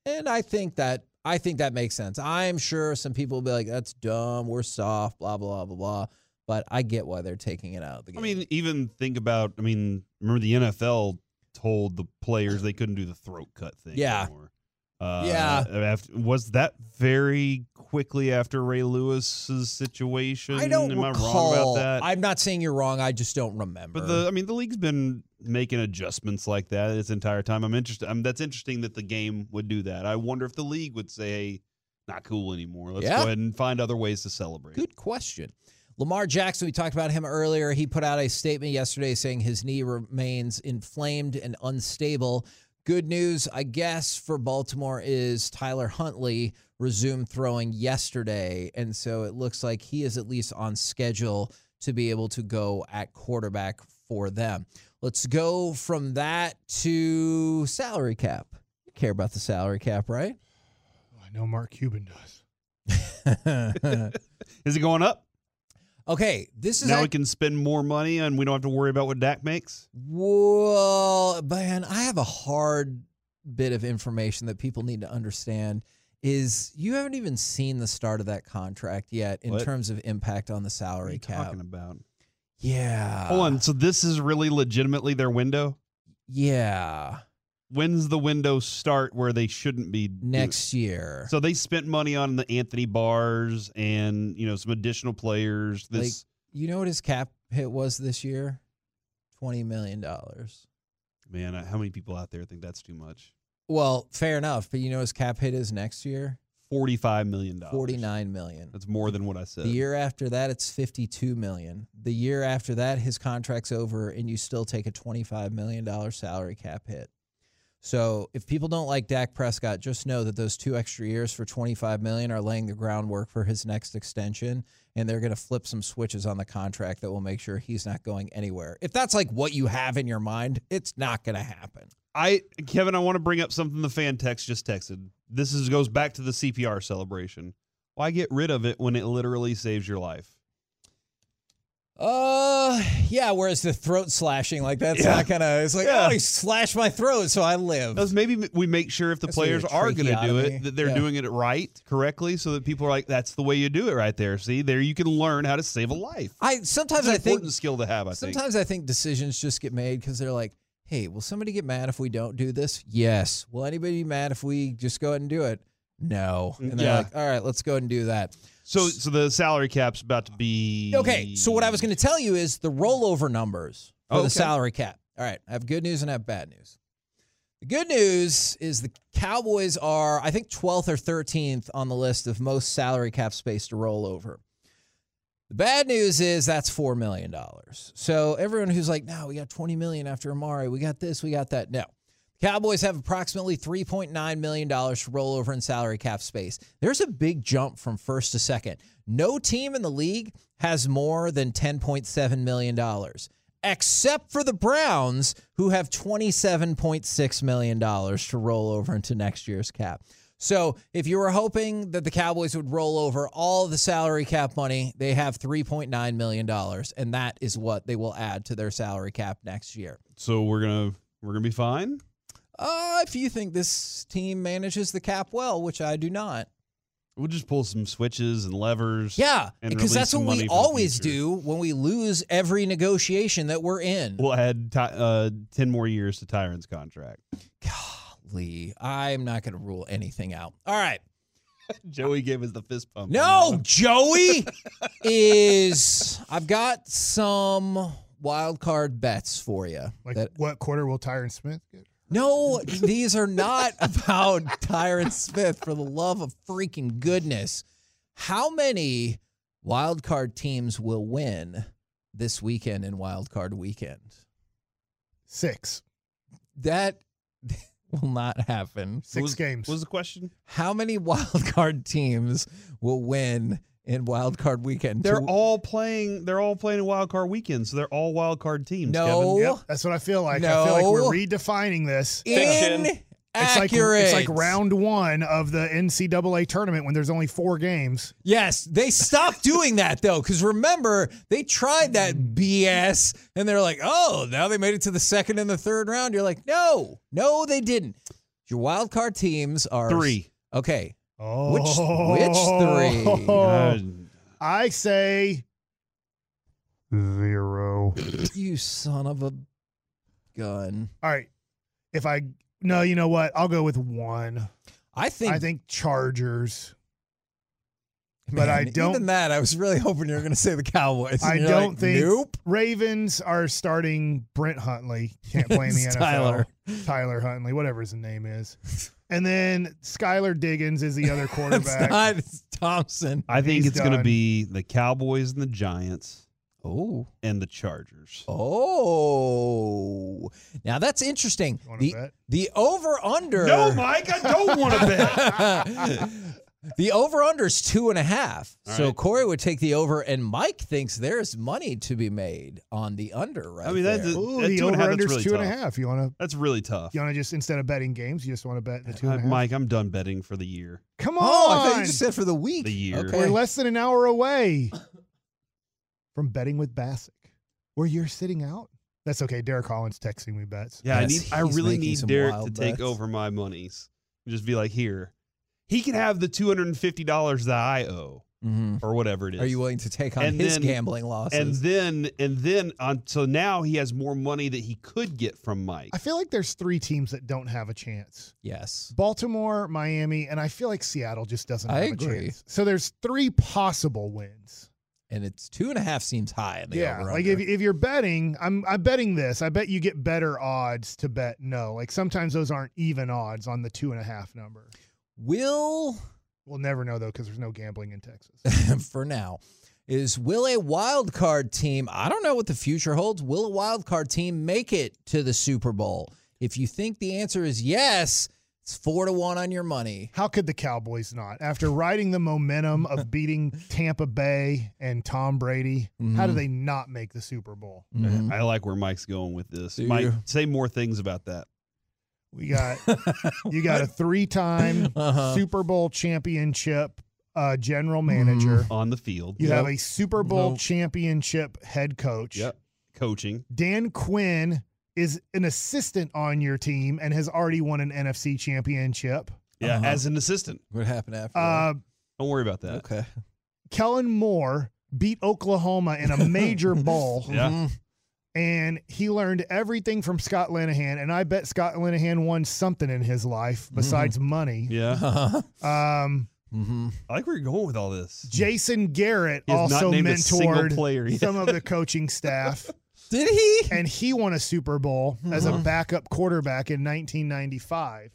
Speaker 3: And I think that I think that makes sense. I'm sure some people will be like that's dumb, we're soft, blah blah blah blah, but I get why they're taking it out of the game.
Speaker 4: I mean, even think about. I mean, remember the NFL told the players they couldn't do the throat cut thing.
Speaker 3: Yeah.
Speaker 4: Anymore. Uh,
Speaker 3: Yeah.
Speaker 4: After, was that very quickly after Ray Lewis's situation?
Speaker 3: I don't
Speaker 4: Am
Speaker 3: recall.
Speaker 4: I wrong about that?
Speaker 3: I'm not saying you're wrong, I just don't remember.
Speaker 4: But the, I mean, the league's been making adjustments like that its entire time. I'm interested. I'm, that's interesting that the game would do that. I wonder if the league would say, "Hey, not cool anymore. Let's
Speaker 3: Yeah.
Speaker 4: go ahead and find other ways to celebrate."
Speaker 3: Good question. Lamar Jackson, we talked about him earlier. He put out a statement yesterday saying his knee remains inflamed and unstable. Good news, I guess, for Baltimore is Tyler Huntley resumed throwing yesterday. And so it looks like he is at least on schedule to be able to go at quarterback for them. Let's go from that to salary cap. You care about the salary cap, right?
Speaker 2: Oh, I know Mark Cuban does.
Speaker 4: Is it going up?
Speaker 3: okay, this is
Speaker 4: now
Speaker 3: act-
Speaker 4: we can spend more money, and we don't have to worry about what Dak makes.
Speaker 3: Well, man, I have a hard bit of information that people need to understand is you haven't even seen the start of that contract yet in
Speaker 4: What?
Speaker 3: terms of impact on the
Speaker 4: What are
Speaker 3: salary
Speaker 4: you
Speaker 3: cap. Uh,
Speaker 4: talking about?
Speaker 3: Yeah.
Speaker 4: Hold on. So this is really legitimately their window.
Speaker 3: Yeah.
Speaker 4: When's the window start where they shouldn't be doing-
Speaker 3: Next year.
Speaker 4: So they spent money on the Anthony Bars and you know some additional players. This.
Speaker 3: Like, you know what his cap hit was this year? $20 million.
Speaker 4: Man, I- how many people out there think that's too much?
Speaker 3: Well, fair enough, but you know his cap hit is next year?
Speaker 4: Forty-five million dollars.
Speaker 3: 49 million.
Speaker 4: That's more than what I said.
Speaker 3: The year after that, it's fifty-two million. The year after that, his contract's over, and you still take a twenty-five million dollar salary cap hit. So, if people don't like Dak Prescott, just know that those two extra years for twenty-five million are laying the groundwork for his next extension, and they're going to flip some switches on the contract that will make sure he's not going anywhere. If that's like what you have in your mind, it's not going to happen.
Speaker 4: I, Kevin, I want to bring up something the fan text just texted. This is goes back to the CPR celebration. Why get rid of it when it literally saves your life?
Speaker 3: Uh, yeah. Whereas the throat slashing, like that's
Speaker 4: Yeah.
Speaker 3: not gonna. It's like,
Speaker 4: Yeah.
Speaker 3: oh, he slashed my throat, so I live.
Speaker 4: Because maybe we make sure if the
Speaker 3: That's
Speaker 4: players
Speaker 3: weird,
Speaker 4: are going to do
Speaker 3: tracheotomy.
Speaker 4: it, that they're
Speaker 3: Yeah.
Speaker 4: doing it right, correctly, so that people are like, "That's the way you do it, right there." See, there you can learn how to save a life.
Speaker 3: I sometimes
Speaker 4: It's an
Speaker 3: I think
Speaker 4: important skill to have. I think.
Speaker 3: sometimes I think decisions just get made because they're like, hey, will somebody get mad if we don't do this? Yes. Will anybody be mad if we just go ahead and do it? No. And they're
Speaker 4: Mm, Yeah.
Speaker 3: like, all right, let's go ahead and do that.
Speaker 4: So, so the salary cap's about to be
Speaker 3: Okay. So what I was going to tell you is the rollover numbers for
Speaker 4: Okay.
Speaker 3: the salary cap. All right. I have good news and I have bad news. The good news is the Cowboys are, I think, 12th or 13th on the list of most salary cap space to roll over. The bad news is that's four million dollars. So everyone who's like, "No, we got twenty million after Amari. We got this. We got that." No, Cowboys have approximately three point nine million dollars to roll over in salary cap space. There's a big jump from first to second. No team in the league has more than ten point seven million dollars. except for the Browns, who have $27.6 million to roll over into next year's cap. So if you were hoping that the Cowboys would roll over all the salary cap money, they have $3.9 million, and that is what they will add to their salary cap next year.
Speaker 4: So we're gonna we're gonna be fine.
Speaker 3: Uh, if you think this team manages the cap well, which I do not.
Speaker 4: We'll just pull some switches and levers.
Speaker 3: Yeah,
Speaker 4: and
Speaker 3: because
Speaker 4: release
Speaker 3: that's
Speaker 4: some
Speaker 3: what
Speaker 4: money
Speaker 3: we
Speaker 4: for the
Speaker 3: always
Speaker 4: future.
Speaker 3: do when we lose every negotiation that we're in.
Speaker 4: We'll add ti uh, ten more years to Tyron's contract.
Speaker 3: Golly, I'm not going to rule anything out. All right.
Speaker 4: Joey gave us the fist pump.
Speaker 3: No, Joey is. I've got some wild card bets for you.
Speaker 2: Like,
Speaker 3: that,
Speaker 2: what quarter will Tyron Smith get?
Speaker 3: no, these are not about Tyron Smith. For the love of freaking goodness, how many wild card teams will win this weekend in wild card weekend?
Speaker 2: Six.
Speaker 3: That will not happen.
Speaker 2: Six
Speaker 4: was,
Speaker 2: games.
Speaker 4: What was the question?
Speaker 3: How many wild card teams will win in wild card weekend?
Speaker 4: They're
Speaker 3: To-
Speaker 4: all playing. They're all playing wild card weekend, so they're all wild card teams.
Speaker 3: no.
Speaker 4: Kevin.
Speaker 2: That's what I feel like. I feel like
Speaker 3: No.
Speaker 2: we're redefining this.
Speaker 3: Inaccurate.
Speaker 2: It's like, it's like round one of the NCAA tournament when there's only four games.
Speaker 3: Yes, they stopped doing that though, because remember they tried that
Speaker 2: Mm.
Speaker 3: BS, and they're like, "Oh, now they made it to the second and the third round." You're like, "No, no, they didn't." Your wild card teams are
Speaker 4: Three.
Speaker 3: Okay,
Speaker 2: Oh,
Speaker 3: which three?
Speaker 4: Uh,
Speaker 2: I say zero.
Speaker 3: you son of a gun.
Speaker 2: All right. If I no, you know what? I'll go with one.
Speaker 3: I think.
Speaker 2: I think Chargers.
Speaker 3: man,
Speaker 2: but I don't-
Speaker 3: Even that, I was really hoping you were going to say the Cowboys. and
Speaker 2: I
Speaker 3: you're
Speaker 2: don't
Speaker 3: like,
Speaker 2: think
Speaker 3: Nope.
Speaker 2: Ravens are starting Brent Huntley. Can't blame the
Speaker 3: It's
Speaker 2: NFL.
Speaker 3: Tyler.
Speaker 2: Tyler Huntley, whatever his name is. And then Skylar Diggins is the other
Speaker 3: It's
Speaker 2: quarterback.
Speaker 3: not it's Thompson.
Speaker 4: I think
Speaker 2: He's
Speaker 4: it's going to
Speaker 2: done.
Speaker 4: be the Cowboys and the Giants
Speaker 3: Oh.
Speaker 4: and the Chargers.
Speaker 3: Oh, now that's interesting.
Speaker 2: wanna
Speaker 3: The
Speaker 2: bet?
Speaker 3: the over under.
Speaker 4: No, Mike, I don't want to bet.
Speaker 3: the over under is two and a half.
Speaker 4: All
Speaker 3: so
Speaker 4: right.
Speaker 3: Corey would take the over, and Mike thinks there's money to be made on the under. Right?
Speaker 4: I mean, that
Speaker 3: there.
Speaker 4: is-
Speaker 2: Ooh,
Speaker 4: That
Speaker 2: the
Speaker 4: two and a half,
Speaker 2: over
Speaker 4: that's
Speaker 2: under's
Speaker 4: really
Speaker 2: two and a half.
Speaker 4: tough.
Speaker 2: You want to
Speaker 4: That's really tough.
Speaker 2: you want to just instead of betting games, you just want to bet the two and a
Speaker 4: Uh,
Speaker 2: half.
Speaker 4: Mike, I'm done betting for the year.
Speaker 2: Come on.
Speaker 3: Oh, I thought you just said for the week.
Speaker 4: The year.
Speaker 2: We're
Speaker 3: Okay.
Speaker 2: less than an hour away from betting with Bassick, where you're sitting out. That's okay. Derek Holland's texting me bets.
Speaker 4: Yeah,
Speaker 3: Yes,
Speaker 4: I need. I
Speaker 3: he's
Speaker 4: really
Speaker 3: making
Speaker 4: need
Speaker 3: some
Speaker 4: Derek to
Speaker 3: wild
Speaker 4: take
Speaker 3: bets.
Speaker 4: over my monies. And just be like, here, he can have the two hundred and fifty dollars that I owe
Speaker 3: Mhm.
Speaker 4: or whatever it is.
Speaker 3: Are you willing to take on
Speaker 4: And
Speaker 3: his
Speaker 4: then-
Speaker 3: gambling losses?
Speaker 4: and then and then on so now he has more money that he could get from Mike.
Speaker 2: I feel like there's three teams that don't have a chance.
Speaker 3: yes.
Speaker 2: Baltimore, Miami, and I feel like Seattle just doesn't
Speaker 3: I
Speaker 2: have a
Speaker 3: agree.
Speaker 2: chance. So there's three possible wins.
Speaker 3: And it's two and a half seems high in the
Speaker 2: yeah.
Speaker 3: over.
Speaker 2: Like if, if you're betting, I'm I'm betting this. I bet you get better odds to bet no. Like sometimes those aren't even odds on the two and a half number.
Speaker 3: will
Speaker 2: We'll never know though, because there's no gambling in Texas.
Speaker 3: for now is will a wild card team i don't know what the future holds will a wild card team make it to the super bowl if you think the answer is yes it's four to one on your money
Speaker 2: How could the Cowboys not? After riding the momentum of beating Tampa Bay and Tom Brady,
Speaker 3: Mm-hmm.
Speaker 2: how do they not make the Super Bowl?
Speaker 3: Mhm.
Speaker 4: I like where Mike's going with this.
Speaker 3: Do
Speaker 4: Mike,
Speaker 3: you?
Speaker 4: say more things about that.
Speaker 2: We got you got a three-time
Speaker 3: Uh-huh.
Speaker 2: Super Bowl championship uh, general manager.
Speaker 4: on the field.
Speaker 2: You
Speaker 3: Mm-hmm. Yep.
Speaker 2: have a Super Bowl
Speaker 3: Nope.
Speaker 2: championship head coach.
Speaker 4: Yep. Coaching.
Speaker 2: Dan Quinn is an assistant on your team and has already won an NFC championship.
Speaker 4: Yeah.
Speaker 3: Uh-huh.
Speaker 4: As an assistant.
Speaker 3: what happened after
Speaker 2: Uh,
Speaker 4: Don't worry about
Speaker 3: that?
Speaker 4: that.
Speaker 3: okay
Speaker 2: Kellen Moore beat Oklahoma in a major bowl.
Speaker 4: Yeah.
Speaker 3: Mhm.
Speaker 2: and he learned everything from Scott Linehan. And I bet Scott Linehan won something in his life
Speaker 4: Mm-hmm.
Speaker 2: besides money.
Speaker 4: Yeah.
Speaker 3: Uh-huh.
Speaker 2: Um,
Speaker 3: Mhm.
Speaker 4: I like where you're going with all this.
Speaker 2: Jason Garrett
Speaker 4: He has not
Speaker 2: also
Speaker 4: named a single player
Speaker 2: mentored
Speaker 4: yet.
Speaker 2: some of the coaching staff,
Speaker 3: did he
Speaker 2: and he won a Super Bowl as
Speaker 4: Mm-hmm.
Speaker 2: a backup quarterback in 1995.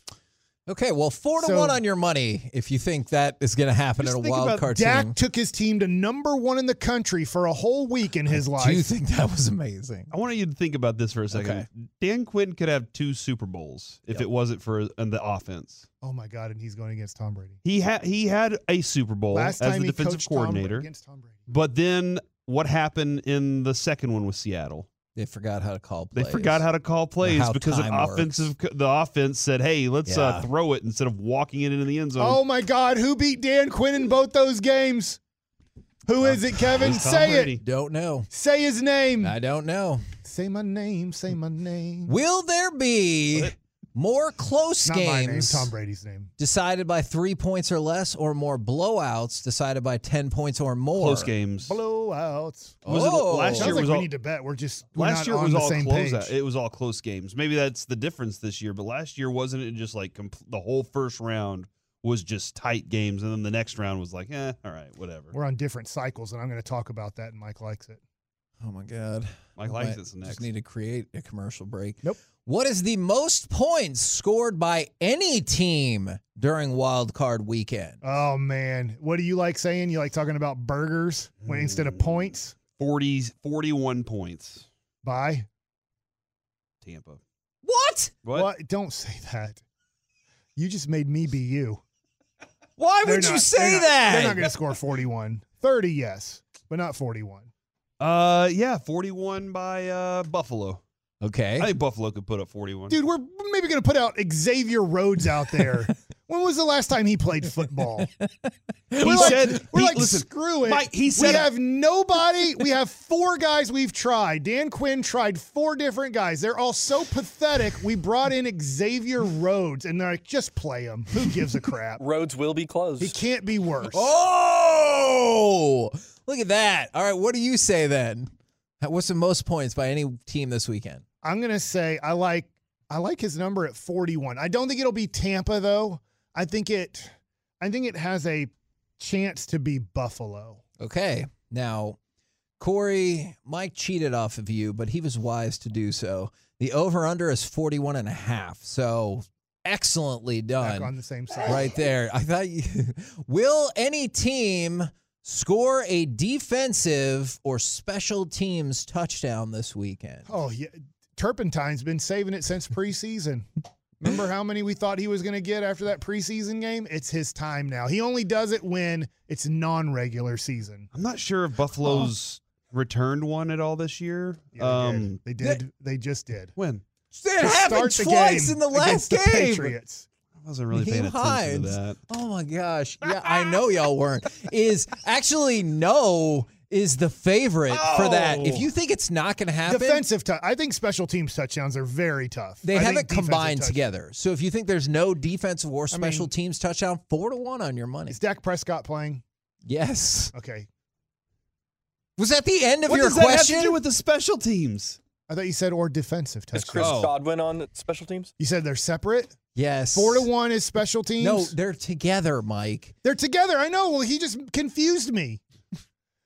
Speaker 3: okay well four to
Speaker 2: So-
Speaker 3: one on your money if you think that is going to happen
Speaker 4: Just
Speaker 3: at a
Speaker 4: think
Speaker 3: wild
Speaker 4: about
Speaker 3: card team
Speaker 2: Dak took his team to number one in the country for a whole week in his
Speaker 3: do you
Speaker 2: life.
Speaker 3: think that was amazing
Speaker 4: I want you to think about this for a second.
Speaker 3: Okay.
Speaker 4: Dan Quinn could have two Super Bowls if it wasn't for uh, the offense.
Speaker 2: Oh my God! And he's going against Tom Brady.
Speaker 4: He had he had a Super Bowl
Speaker 2: Last
Speaker 4: as
Speaker 2: time
Speaker 4: the
Speaker 2: he
Speaker 4: defensive
Speaker 2: coached Tom Brady
Speaker 4: coordinator.
Speaker 2: against Tom Brady.
Speaker 4: but then what happened in the second one with Seattle?
Speaker 3: They forgot how to call
Speaker 4: They
Speaker 3: plays.
Speaker 4: forgot how to call plays
Speaker 3: how
Speaker 4: because
Speaker 3: time
Speaker 4: an offensive the offense said, "Hey, let's uh,
Speaker 3: Yeah.
Speaker 4: throw it instead of walking it into the end zone."
Speaker 2: Oh my God, who beat Dan Quinn in both those games? Who is it, Kevin?
Speaker 4: It's Uh, Tom
Speaker 2: Say it.
Speaker 4: Brady.
Speaker 3: Don't know.
Speaker 2: Say his
Speaker 4: Hmm.
Speaker 2: name.
Speaker 3: I don't know.
Speaker 2: Say my name. Say my name.
Speaker 3: Will there be more close
Speaker 2: Not my name.
Speaker 3: games
Speaker 2: Tom Brady's name.
Speaker 3: decided by three points or less, or more blowouts decided by ten points or more?
Speaker 4: Close games.
Speaker 2: Blowouts.
Speaker 4: Was it-
Speaker 3: Oh.
Speaker 4: last
Speaker 2: Sounds
Speaker 4: year
Speaker 2: like
Speaker 4: was
Speaker 2: we
Speaker 4: all-
Speaker 2: need to bet. We're just we're
Speaker 4: Last
Speaker 2: not
Speaker 4: year
Speaker 2: on
Speaker 4: was
Speaker 2: the
Speaker 4: all
Speaker 2: same
Speaker 4: close.
Speaker 2: page.
Speaker 4: It was all close games. Maybe that's the difference this year. But last year wasn't it just like compl- the whole first round was just tight games, and then the next round was like, eh, all right, whatever.
Speaker 2: We're on different cycles, and I'm going to talk about that. And Mike likes it.
Speaker 3: Oh my god.
Speaker 4: Mike
Speaker 3: I
Speaker 4: likes it's next.
Speaker 3: Just need to create a commercial break.
Speaker 2: Nope.
Speaker 3: What is the most points scored by any team during Wild Card Weekend?
Speaker 2: Oh man, what do you like saying? You like talking about burgers when, instead of points?
Speaker 4: 40, 41 points.
Speaker 2: Bye.
Speaker 4: Tampa.
Speaker 3: what?
Speaker 4: What?
Speaker 2: Don't say that. You just made me be you.
Speaker 3: Why
Speaker 2: They're
Speaker 3: would you
Speaker 2: not-
Speaker 3: say
Speaker 2: they're not-
Speaker 3: that?
Speaker 2: They're not going to score 41. 30, yes, but not 41.
Speaker 4: Uh, yeah, forty-one by uh Buffalo. I
Speaker 3: okay.
Speaker 4: think Buffalo could put up forty-one.
Speaker 2: Dude, we're maybe going to put out Xavier Rhodes out there. when was the last time he played football?
Speaker 4: he
Speaker 2: we're like-
Speaker 4: said,
Speaker 2: We're
Speaker 4: he-
Speaker 2: like,
Speaker 4: listen,
Speaker 2: screw it.
Speaker 4: Mike, he said-
Speaker 2: we have nobody. We have four guys we've tried. Dan Quinn tried four different guys. They're all so pathetic. We brought in Xavier Rhodes, and they're like, just play him. Who gives a crap?
Speaker 6: Roads will be closed.
Speaker 2: He can't be worse.
Speaker 3: Oh, look at that. All right. What do you say then? What's the most points by any team this weekend?
Speaker 2: I'm gonna say I like I like his number at 41. I don't think it'll be Tampa though. I think it I think it has a chance to be Buffalo.
Speaker 3: Okay. Now, Corey, Mike cheated off of you, but he was wise to do so. The over under is 41 and a half. So excellently
Speaker 2: Back
Speaker 3: done
Speaker 2: on the same side.
Speaker 3: right there. I thought you will any team score a defensive or special teams touchdown this weekend?
Speaker 2: Oh yeah. Turpentine's been saving it since preseason. Remember how many we thought he was gonna get after that preseason game? It's his time now. He only does it when it's non-regular season.
Speaker 4: I'm not sure if Buffalo's returned one at all this year.
Speaker 2: Oh. Yeah, they
Speaker 4: um,
Speaker 2: did. they did. They just did.
Speaker 4: when
Speaker 3: It
Speaker 2: To start
Speaker 3: happened
Speaker 2: the
Speaker 3: twice
Speaker 2: game
Speaker 3: in the
Speaker 2: against
Speaker 3: last
Speaker 2: the
Speaker 3: game.
Speaker 2: Patriots.
Speaker 4: I wasn't really
Speaker 3: Naheem
Speaker 4: paying attention
Speaker 3: Hines.
Speaker 4: to that.
Speaker 3: Oh my gosh. Yeah, I know y'all weren't. Is actually no is the favorite for that.
Speaker 2: Oh.
Speaker 3: If you think it's not going to happen,
Speaker 2: Defensive tou- I think special teams touchdowns are very tough.
Speaker 3: they
Speaker 2: I think
Speaker 3: haven't
Speaker 2: defensive
Speaker 3: combined
Speaker 2: touchdowns-
Speaker 3: together. So if you think there's no defensive or special
Speaker 2: mean-
Speaker 3: teams touchdown, four to one on your money.
Speaker 2: Is Dak Prescott playing?
Speaker 3: Yes.
Speaker 2: Okay.
Speaker 3: Was that the end of
Speaker 4: what
Speaker 3: your
Speaker 4: does that have
Speaker 3: question?
Speaker 4: to do with the special teams?
Speaker 2: I thought you said or defensive
Speaker 6: Is Chris
Speaker 2: touchdowns.
Speaker 4: Oh.
Speaker 6: Godwin on the special teams?
Speaker 2: You said they're separate.
Speaker 3: yes.
Speaker 2: Four to one is special teams.
Speaker 3: No, they're together, Mike.
Speaker 2: they're together. I know. Well, he just confused me.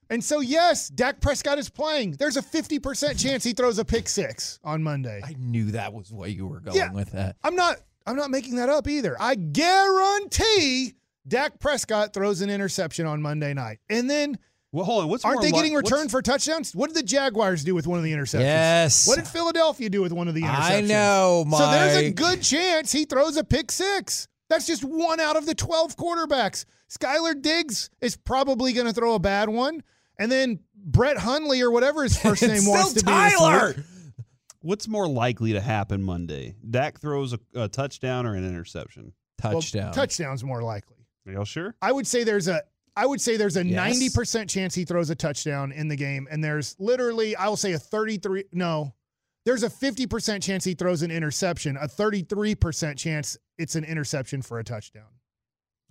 Speaker 2: And so yes, Dak Prescott is playing. There's a 50% chance he throws a pick six on Monday.
Speaker 3: I knew that was where you were going
Speaker 2: Yeah.
Speaker 3: with that.
Speaker 2: I'm not I'm not making that up either. I guarantee Dak Prescott throws an interception on Monday night. And then
Speaker 4: Well, hold on. What's
Speaker 2: aren't
Speaker 4: more
Speaker 2: they
Speaker 4: li-
Speaker 2: getting returned
Speaker 4: what's-
Speaker 2: for touchdowns? What did the Jaguars do with one of the interceptions?
Speaker 3: Yes.
Speaker 2: What did Philadelphia do with one of the interceptions?
Speaker 3: I know, Mike.
Speaker 2: So there's a good chance he throws a pick six. That's just one out of the 12 quarterbacks. Skylar Diggs is probably going to throw a bad one. And then Brett Hundley or whatever his first
Speaker 3: It's
Speaker 2: name
Speaker 3: still
Speaker 2: wants to
Speaker 3: Tyler.
Speaker 2: be. this week.
Speaker 4: What's more likely to happen Monday? Dak throws a, a touchdown or an interception.
Speaker 2: Well,
Speaker 3: Touchdown.
Speaker 2: touchdowns more likely.
Speaker 4: Are y'all sure?
Speaker 2: I would say there's a I would say there's a
Speaker 3: Yes.
Speaker 2: 90% chance he throws a touchdown in the game and there's literally I will say a 33 no. There's a 50% chance he throws an interception, a 33% chance it's an interception for a touchdown.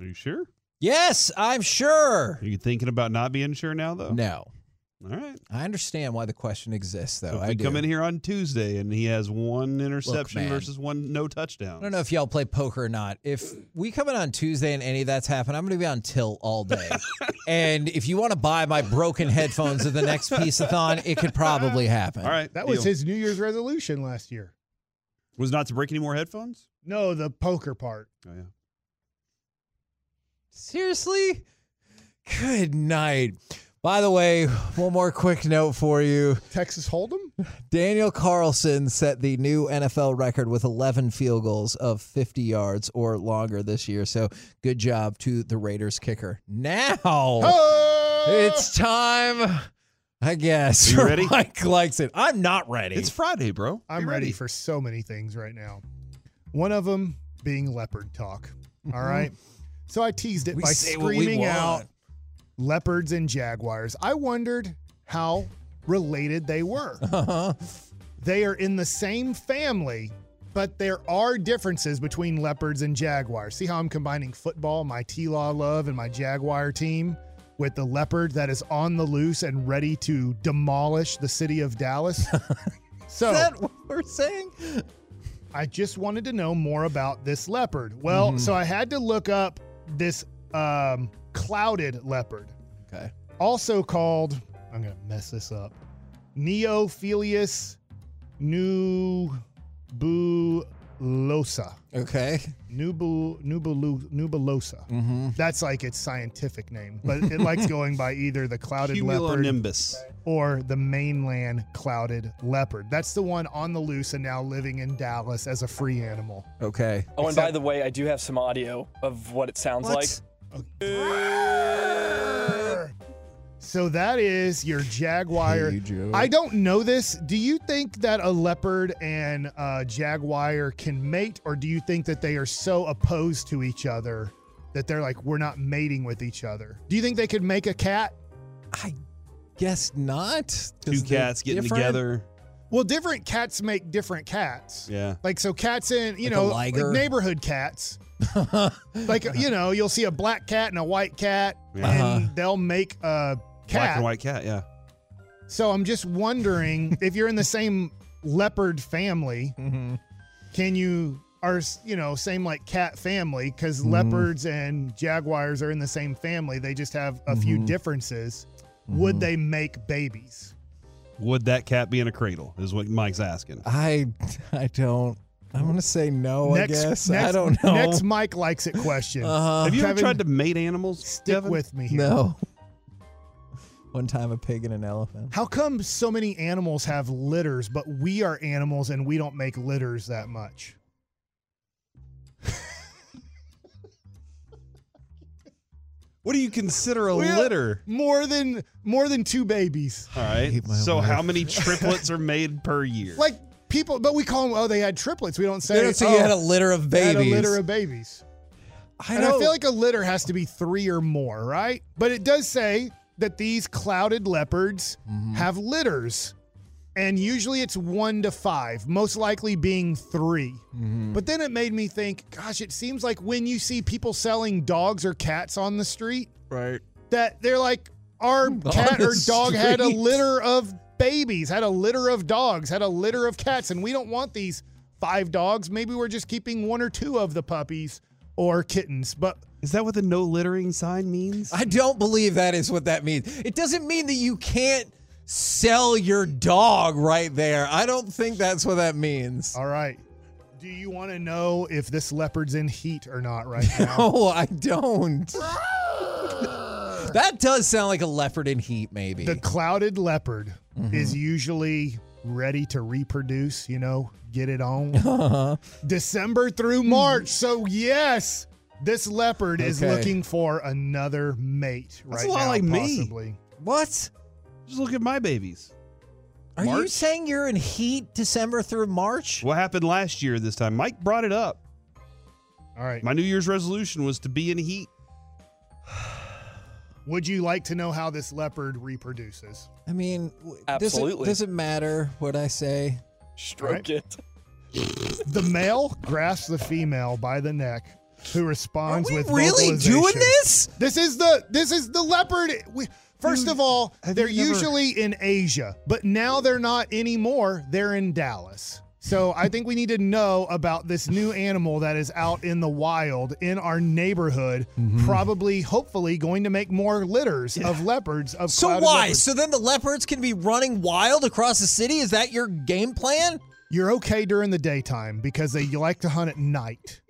Speaker 4: Are you sure?
Speaker 3: Yes, I'm sure.
Speaker 4: Are you thinking about not being sure now though?
Speaker 3: No.
Speaker 4: All right.
Speaker 3: I understand why the question exists, though.
Speaker 4: So if
Speaker 3: I
Speaker 4: we
Speaker 3: do.
Speaker 4: come in here on Tuesday and he has one interception
Speaker 3: man.
Speaker 4: versus one no touchdown.
Speaker 3: I don't know if y'all play poker or not. If we come in on Tuesday and any of that's happened, I'm going to be on till all day. and if you want to buy my broken headphones at the next piece a thon, it could probably happen.
Speaker 4: All right.
Speaker 2: That was
Speaker 4: deal.
Speaker 2: his New Year's resolution last year.
Speaker 4: Was not to break any more headphones?
Speaker 2: No, the poker part.
Speaker 4: Oh yeah.
Speaker 3: Seriously? Good night. By the way, one more quick note for you.
Speaker 2: Texas Hold'em?
Speaker 3: Daniel Carlson set the new NFL record with 11 field goals of 50 yards or longer this year. So good job to the Raiders kicker. Now
Speaker 2: Oh!
Speaker 3: it's time. I guess.
Speaker 4: Are you ready?
Speaker 3: Mike likes it. I'm not ready.
Speaker 4: It's Friday, bro.
Speaker 2: I'm
Speaker 4: Be
Speaker 2: ready for so many things right now. One of them being leopard talk. All right. So I teased it
Speaker 3: Mm-hmm. We
Speaker 2: by
Speaker 3: say what we
Speaker 2: screaming out
Speaker 3: want.
Speaker 2: leopards and jaguars. I wondered how related they were. They are in the same family, but there are differences between leopards and jaguars. See how I'm combining football, my T Law love, and my Jaguar team with the leopard that is on the loose and ready to demolish the city of Dallas? So,
Speaker 3: Is that what we're saying?
Speaker 2: I just wanted to know more about this leopard. Well, so I had to look up this um, clouded leopard,
Speaker 3: Okay.
Speaker 2: also called, I'm going to mess this up, Neophilius nubulosa.
Speaker 3: Okay.
Speaker 2: Nubu, nubulu, nubulosa.
Speaker 3: Mm-hmm.
Speaker 2: That's like its scientific name, but it likes going by either the clouded leopard
Speaker 4: Cumulonimbus.
Speaker 2: or the mainland clouded leopard. That's the one on the loose and now living in Dallas as a free animal.
Speaker 3: Okay.
Speaker 6: Oh, and by the way, I do have some audio of what it sounds
Speaker 3: What?
Speaker 6: like.
Speaker 2: So that is your jaguar.
Speaker 3: Hey, Joe.
Speaker 2: I don't know this. Do you think that a leopard and a jaguar can mate, or do you think that they are so opposed to each other that they're like, we're not mating with each other? Do you think they could make a cat?
Speaker 3: I guess not. 'cause
Speaker 4: Two
Speaker 3: they're
Speaker 4: cats getting
Speaker 3: different.
Speaker 4: together.
Speaker 2: Well, different cats make different cats.
Speaker 4: Yeah.
Speaker 2: Like so, cats in you
Speaker 3: Like a
Speaker 2: know
Speaker 3: liger?
Speaker 2: like neighborhood cats. like you know, you'll see a black cat and a white cat,
Speaker 4: Yeah.
Speaker 3: Uh-huh.
Speaker 2: and they'll make a
Speaker 4: Black
Speaker 2: cat.
Speaker 4: and white cat, yeah.
Speaker 2: So I'm just wondering if you're in the same leopard family,
Speaker 3: Mhm.
Speaker 2: can you are you know same like cat family because
Speaker 3: Mhm.
Speaker 2: leopards and jaguars are in the same family. They just have a few
Speaker 3: Mhm.
Speaker 2: differences. Would
Speaker 3: Mhm.
Speaker 2: they make babies?
Speaker 4: Would that cat be in a cradle? Is what Mike's asking.
Speaker 3: I I don't. I'm gonna say no. I guess I
Speaker 2: next-
Speaker 3: don't know.
Speaker 2: Next, Mike likes it question.
Speaker 3: Uh-huh.
Speaker 4: Have you ever
Speaker 2: Kevin,
Speaker 4: tried to mate animals?
Speaker 2: Stick
Speaker 4: Devin?
Speaker 2: with me. Here.
Speaker 3: no. One time, a pig and an elephant.
Speaker 2: How come so many animals have litters, but we are animals and we don't make litters that much?
Speaker 4: What do you consider a
Speaker 2: We are-
Speaker 4: litter?
Speaker 2: More than more than two babies.
Speaker 4: All right.
Speaker 3: hate my
Speaker 4: So how
Speaker 3: life.
Speaker 4: many triplets are made per year?
Speaker 2: Like people, but we call them. Oh, they had triplets. We don't say.
Speaker 3: They don't say
Speaker 2: oh,
Speaker 3: you had a litter of
Speaker 2: they had
Speaker 3: babies.
Speaker 2: a litter of babies.
Speaker 3: I
Speaker 2: and I
Speaker 3: don't-
Speaker 2: feel like a litter has to be three or more, right? But it does say that these clouded leopards
Speaker 3: Mm-hmm.
Speaker 2: have litters, and usually it's one to five, most likely being 3
Speaker 3: Mm-hmm.
Speaker 2: But then it made me think, gosh, it seems like when you see people selling dogs or cats on the street,
Speaker 4: right.
Speaker 2: that they're like, our cat
Speaker 3: the
Speaker 2: or dog had a
Speaker 3: street.
Speaker 2: litter of babies, had a litter of dogs, had a litter of cats, and we don't want these five dogs. Maybe we're just keeping one or two of the puppies or kittens. But
Speaker 4: Is that what the no littering sign means?
Speaker 3: I don't believe that is what that means. It doesn't mean that you can't sell your dog right there. I don't think that's what that means.
Speaker 2: all right. Do you want to know if this leopard's in heat or not right now?
Speaker 3: Oh, I don't. that does sound like a leopard in heat, maybe.
Speaker 2: The clouded leopard
Speaker 4: Mm-hmm.
Speaker 2: is usually ready to reproduce, you know, get it on.
Speaker 4: Uh-huh.
Speaker 2: December through
Speaker 4: Hmm.
Speaker 2: March. So, yes, this leopard is
Speaker 3: Okay.
Speaker 2: looking for another mate right
Speaker 4: That's a lot
Speaker 2: now,
Speaker 4: like me.
Speaker 2: possibly.
Speaker 3: what?
Speaker 4: Just look at my babies.
Speaker 3: Are you
Speaker 4: March?
Speaker 3: saying you're in heat December through March?
Speaker 4: What happened last year this time? Mike brought it up.
Speaker 2: All right.
Speaker 4: My New Year's resolution was to be in heat.
Speaker 2: Would you like to know how this leopard reproduces?
Speaker 3: I mean, w-
Speaker 6: Absolutely.
Speaker 3: Does it, does it matter what I say?
Speaker 6: Stroke
Speaker 2: Right.
Speaker 6: it.
Speaker 2: The male grasps the female by the neck, who responds
Speaker 3: Are we
Speaker 2: with
Speaker 3: really doing
Speaker 2: vocalization.
Speaker 3: this?
Speaker 2: This is the this is the leopard. We, first of all,
Speaker 4: have
Speaker 2: they're
Speaker 4: you never-
Speaker 2: usually in Asia, but now they're not anymore. They're in Dallas. So I think we need to know about this new animal that is out in the wild in our neighborhood,
Speaker 3: Mm-hmm.
Speaker 2: probably, hopefully, going to make more litters of leopards. Of
Speaker 3: So
Speaker 2: clouded
Speaker 3: why?
Speaker 2: leopards.
Speaker 3: So then the leopards can be running wild across the city? Is that your game plan?
Speaker 2: you're okay during the daytime because they like to hunt at night.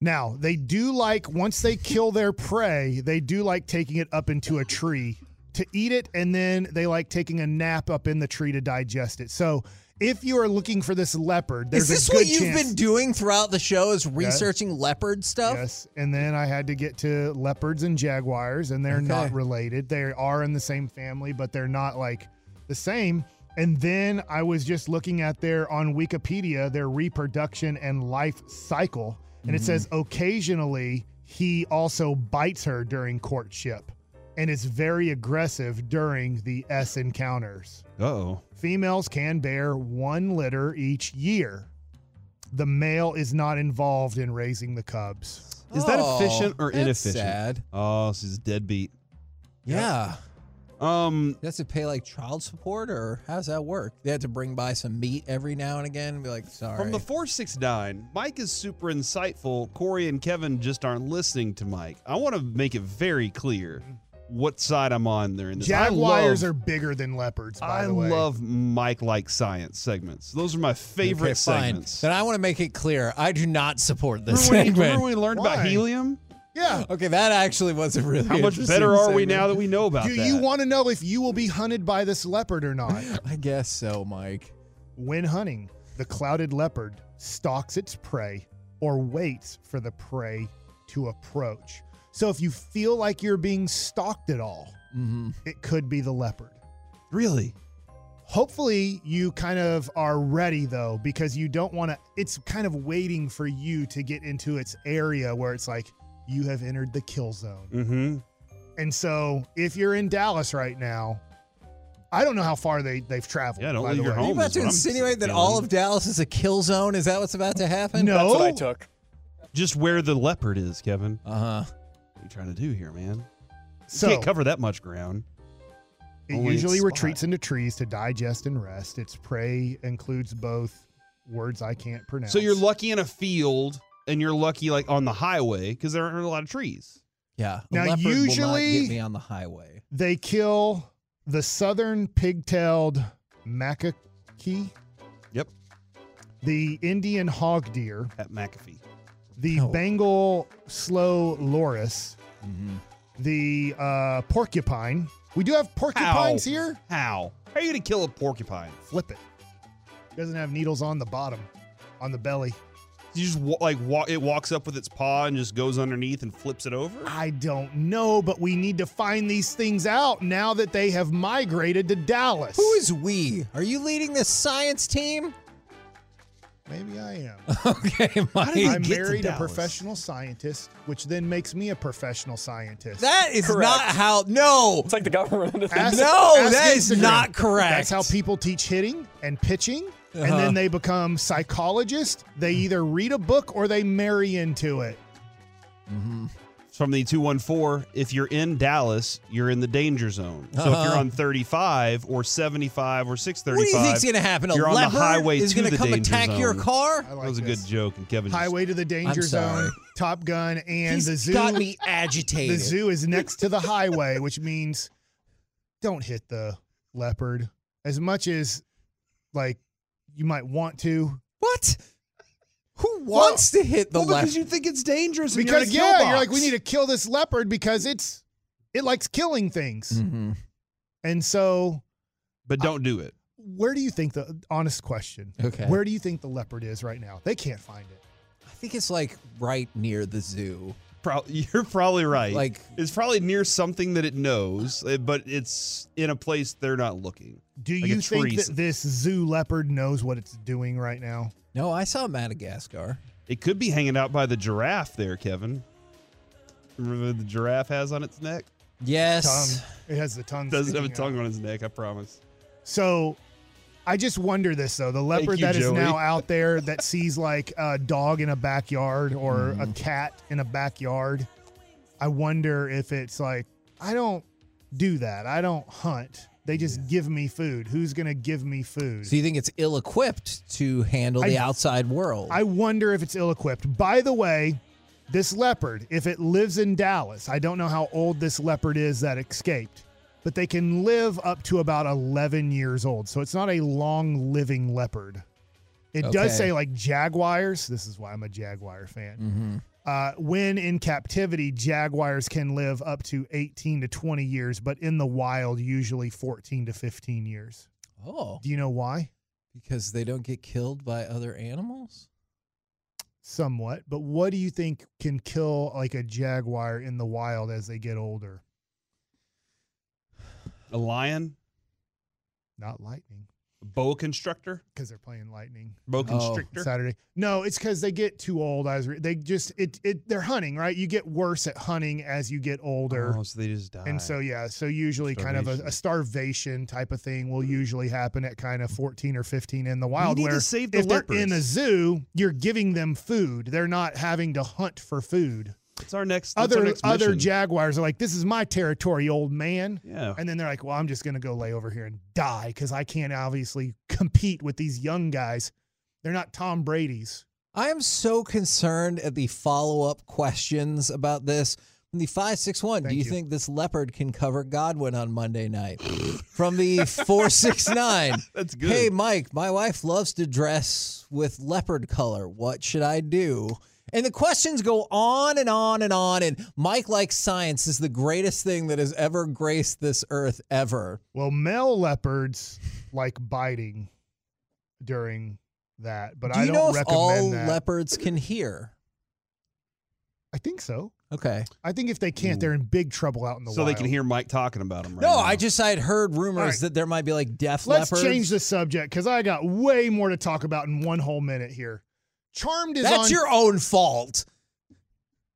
Speaker 2: Now, they do like, once they kill their prey, they do like taking it up into a tree to eat it, and then they like taking a nap up in the tree to digest it. So, if you are looking for this leopard, there's
Speaker 3: Is this
Speaker 2: a good
Speaker 3: what you've
Speaker 2: chance-
Speaker 3: been doing throughout the show? Is researching leopard stuff?
Speaker 2: Yes, and then I had to get to leopards and jaguars, and they're
Speaker 3: Okay.
Speaker 2: not related. They are in the same family, but they're not like the same. And then I was just looking at their on Wikipedia their reproduction and life cycle, and it says occasionally he also bites her during courtship, and is very aggressive during the S encounters.
Speaker 4: Oh,
Speaker 2: Females can bear one litter each year. The male is not involved in raising the cubs.
Speaker 4: is that
Speaker 3: Oh,
Speaker 4: efficient or
Speaker 3: that's
Speaker 4: inefficient?
Speaker 3: Sad.
Speaker 4: Oh, she's deadbeat.
Speaker 3: Yeah.
Speaker 4: Um,
Speaker 3: That's to pay like child support, or how does that work? They have to bring by some meat every now and again and be like, sorry.
Speaker 4: From the 469, Mike is super insightful. Corey and Kevin just aren't listening to Mike. I want to make it very clear what side I'm on there. In this. I
Speaker 2: Jaguars
Speaker 4: love-
Speaker 2: are bigger than leopards, by
Speaker 4: I
Speaker 2: the way.
Speaker 4: love Mike like science segments. Those are my favorite
Speaker 3: Okay, fine.
Speaker 4: segments.
Speaker 3: Then I want to make it clear I do not support this
Speaker 4: remember, when,
Speaker 3: segment.
Speaker 4: remember when we learned
Speaker 2: Why?
Speaker 4: about helium?
Speaker 2: Yeah.
Speaker 3: Okay, that actually was a really
Speaker 4: How much
Speaker 3: interesting
Speaker 4: better are we
Speaker 3: segment.
Speaker 4: now that we know about
Speaker 2: Do
Speaker 4: that?
Speaker 2: you want to know if you will be hunted by this leopard or not?
Speaker 3: I guess so, Mike.
Speaker 2: when hunting, the clouded leopard stalks its prey or waits for the prey to approach. So if you feel like you're being stalked at all,
Speaker 4: Mm-hmm.
Speaker 3: hmm
Speaker 2: it could be the leopard.
Speaker 4: really?
Speaker 2: Hopefully, you kind of are ready though, because you don't want to. It's kind of waiting for you to get into its area where it's like you have entered the kill zone.
Speaker 4: Mm-hmm.
Speaker 2: And so, if you're in Dallas right now, I don't know how far they they've traveled.
Speaker 4: Yeah, don't
Speaker 2: by the
Speaker 4: leave your
Speaker 2: way.
Speaker 3: Are you
Speaker 4: home.
Speaker 3: about
Speaker 4: is
Speaker 3: to
Speaker 4: what I'm
Speaker 3: insinuate that
Speaker 4: feeling.
Speaker 3: all of Dallas is a kill zone? Is that what's about to happen?
Speaker 2: No.
Speaker 6: That's what I took.
Speaker 4: Just where the leopard is, Kevin.
Speaker 3: Uh huh.
Speaker 4: What are you trying to do here, man?
Speaker 2: So
Speaker 4: Can't cover that much ground.
Speaker 2: it
Speaker 4: only
Speaker 2: usually
Speaker 4: spot.
Speaker 2: retreats into trees to digest and rest. Its prey includes both words I can't pronounce.
Speaker 4: So you're lucky in a field, and you're lucky like on the highway because there aren't a lot of trees.
Speaker 3: Yeah. a
Speaker 2: Now,
Speaker 3: leopard will not
Speaker 2: usually-
Speaker 3: get me on the highway.
Speaker 2: They kill the southern pigtailed macaque.
Speaker 4: Yep.
Speaker 2: The Indian hog deer,
Speaker 4: At McAfee.
Speaker 2: the
Speaker 3: Oh.
Speaker 2: Bengal slow loris,
Speaker 4: Mm-hmm.
Speaker 3: Mhm.
Speaker 2: the uh, porcupine. We do have porcupines here.
Speaker 4: How? How are you gonna kill a porcupine?
Speaker 2: flip it. Doesn't have needles on the bottom, on the belly.
Speaker 4: You just wa- like walk. It walks up with its paw and just goes underneath and flips it over.
Speaker 2: I don't know, but we need to find these things out now that they have migrated to Dallas.
Speaker 3: Who is we? Are you leading this science team?
Speaker 2: Maybe I am.
Speaker 3: Okay, Mike.
Speaker 4: did-
Speaker 2: I'm
Speaker 4: get to
Speaker 2: married a
Speaker 4: Dallas?
Speaker 2: professional scientist, which then makes me a professional scientist.
Speaker 3: That is
Speaker 6: Correct.
Speaker 3: not how. No.
Speaker 6: It's like the government.
Speaker 2: Ask-
Speaker 3: No,
Speaker 2: ask
Speaker 3: that is
Speaker 2: Instagram.
Speaker 3: not correct.
Speaker 2: That's how people teach hitting and pitching, and
Speaker 3: Uh-huh. Hmm.
Speaker 2: then they become psychologists. They either read a book or they marry into it.
Speaker 4: From the two one four, if you're in Dallas, you're in the danger zone. So if you're
Speaker 3: Uh-huh.
Speaker 4: on thirty five or seventy five or six thirty
Speaker 3: What do you
Speaker 4: five,
Speaker 3: think's gonna happen? A
Speaker 4: you're on the
Speaker 3: leopard
Speaker 4: highway
Speaker 3: is
Speaker 4: to
Speaker 3: gonna
Speaker 4: the
Speaker 3: come
Speaker 4: danger
Speaker 3: attack your
Speaker 4: zone.
Speaker 3: car?
Speaker 2: I
Speaker 4: that
Speaker 2: like
Speaker 4: was a
Speaker 2: this.
Speaker 4: good joke, and Kevin. just-
Speaker 2: Highway to the Danger
Speaker 3: sorry.
Speaker 2: Zone, Top Gun, and
Speaker 3: He's
Speaker 2: the zoo.
Speaker 3: got me
Speaker 2: the
Speaker 3: agitated.
Speaker 2: zoo is next to the highway, which means don't hit the leopard as much as like you might want to.
Speaker 3: What? Who wants to hit the
Speaker 4: well,
Speaker 3: left?
Speaker 4: because you think it's dangerous. and
Speaker 2: Because
Speaker 4: you're in a
Speaker 2: yeah,
Speaker 4: kill
Speaker 2: you're
Speaker 4: box.
Speaker 2: like we need to kill this leopard because it's it likes killing things,
Speaker 4: Mm.
Speaker 3: Mhm.
Speaker 2: and so
Speaker 4: But don't do it.
Speaker 2: where do you think the honest question?
Speaker 3: Okay.
Speaker 2: Where do you think the leopard is right now? They can't find it.
Speaker 3: I think it's like right near the zoo.
Speaker 4: Pro- you're probably right.
Speaker 3: Like-
Speaker 4: it's probably near something that it knows, eh, but it's in a place they're not looking.
Speaker 2: Do
Speaker 4: Like a
Speaker 2: you think
Speaker 4: tree.
Speaker 2: that this zoo leopard knows what it's doing right now?
Speaker 3: No, I saw Madagascar.
Speaker 4: It could be hanging out by the giraffe there, Kevin. Remember what the giraffe has on its neck?
Speaker 2: Tongue.
Speaker 3: Yes.
Speaker 2: It has the tongue.
Speaker 4: Doesn't have a
Speaker 2: sticking out.
Speaker 4: tongue on its neck, I promise.
Speaker 2: So I just wonder this though. The leopard
Speaker 4: you,
Speaker 2: that is
Speaker 4: Joey.
Speaker 2: now out there that sees like a dog in a backyard
Speaker 4: Mm-hmm.
Speaker 2: or a cat in a backyard. I wonder if it's like, I don't do that. I don't hunt. They just give me food. Who's gonna give me food?
Speaker 3: So you think it's ill-equipped to handle
Speaker 2: I-
Speaker 3: the outside world?
Speaker 2: I wonder if it's ill equipped. By the way, this leopard, if it lives in Dallas, I don't know how old this leopard is that escaped, but they can live up to about 11 years old. So it's not a long living leopard. It
Speaker 3: Okay. Mm.
Speaker 2: does say like jaguars. This is why I'm a jaguar fan.
Speaker 3: Mm-hmm.
Speaker 2: Uh, when in captivity, jaguars can live up to 18 to 20 years, but in the wild, usually 14 to 15 years.
Speaker 3: oh,
Speaker 2: Do you know why?
Speaker 3: because they don't get killed by other animals.
Speaker 2: somewhat but what do you think can kill like a jaguar in the wild as they get older
Speaker 4: A lion?
Speaker 2: not lightning
Speaker 4: Boa constrictor.
Speaker 2: because they're playing lightning
Speaker 4: Boa
Speaker 3: Oh.
Speaker 4: constrictor.
Speaker 2: Saturday. No, it's because they get too old. I was re- they just it it they're hunting right. You get worse at hunting as you get older.
Speaker 4: Oh, so they just die.
Speaker 2: And so yeah, so usually kind of a, a starvation type of thing will usually happen at kind of 14 or 15 in the wild
Speaker 4: need to
Speaker 2: where
Speaker 4: save the
Speaker 2: if
Speaker 4: leopards.
Speaker 2: they're in a zoo, you're giving them food. They're not having to hunt for food.
Speaker 4: it's our next that's our
Speaker 2: Other
Speaker 4: next
Speaker 2: other
Speaker 4: mission.
Speaker 2: jaguars are like, "This is my territory, old man."
Speaker 4: Yeah.
Speaker 2: And then they're like, "Well, I'm just going to go lay over here and die cuz I can't obviously compete with these young guys. They're not Tom Brady's."
Speaker 3: I am so concerned at the follow up questions about this. From the 561, do
Speaker 2: Thank
Speaker 3: you,
Speaker 2: you.
Speaker 3: think this leopard can cover Godwin on Monday night? From the 469,
Speaker 4: That's good.
Speaker 3: hey, Mike, my wife loves to dress with leopard color. What should I do? And the questions go on and on and on. And Mike likes science is the greatest thing that has ever graced this earth ever.
Speaker 2: Well, male leopards like biting during that, but
Speaker 3: do
Speaker 2: I
Speaker 3: you
Speaker 2: don't
Speaker 3: know if
Speaker 2: recommend
Speaker 3: all
Speaker 2: that.
Speaker 3: leopards can hear?
Speaker 2: I think so.
Speaker 3: Okay.
Speaker 2: I think if they can't, they're in big trouble out in the
Speaker 4: so
Speaker 2: wild.
Speaker 4: they can hear Mike talking about them. Right
Speaker 3: no,
Speaker 4: now.
Speaker 3: I just I had heard rumors
Speaker 2: right.
Speaker 3: that there might be like deaf
Speaker 2: Let's
Speaker 3: leopards.
Speaker 2: change the subject because I got way more to talk about in one whole minute here. Charmed is
Speaker 3: That's
Speaker 2: on.
Speaker 3: your own fault.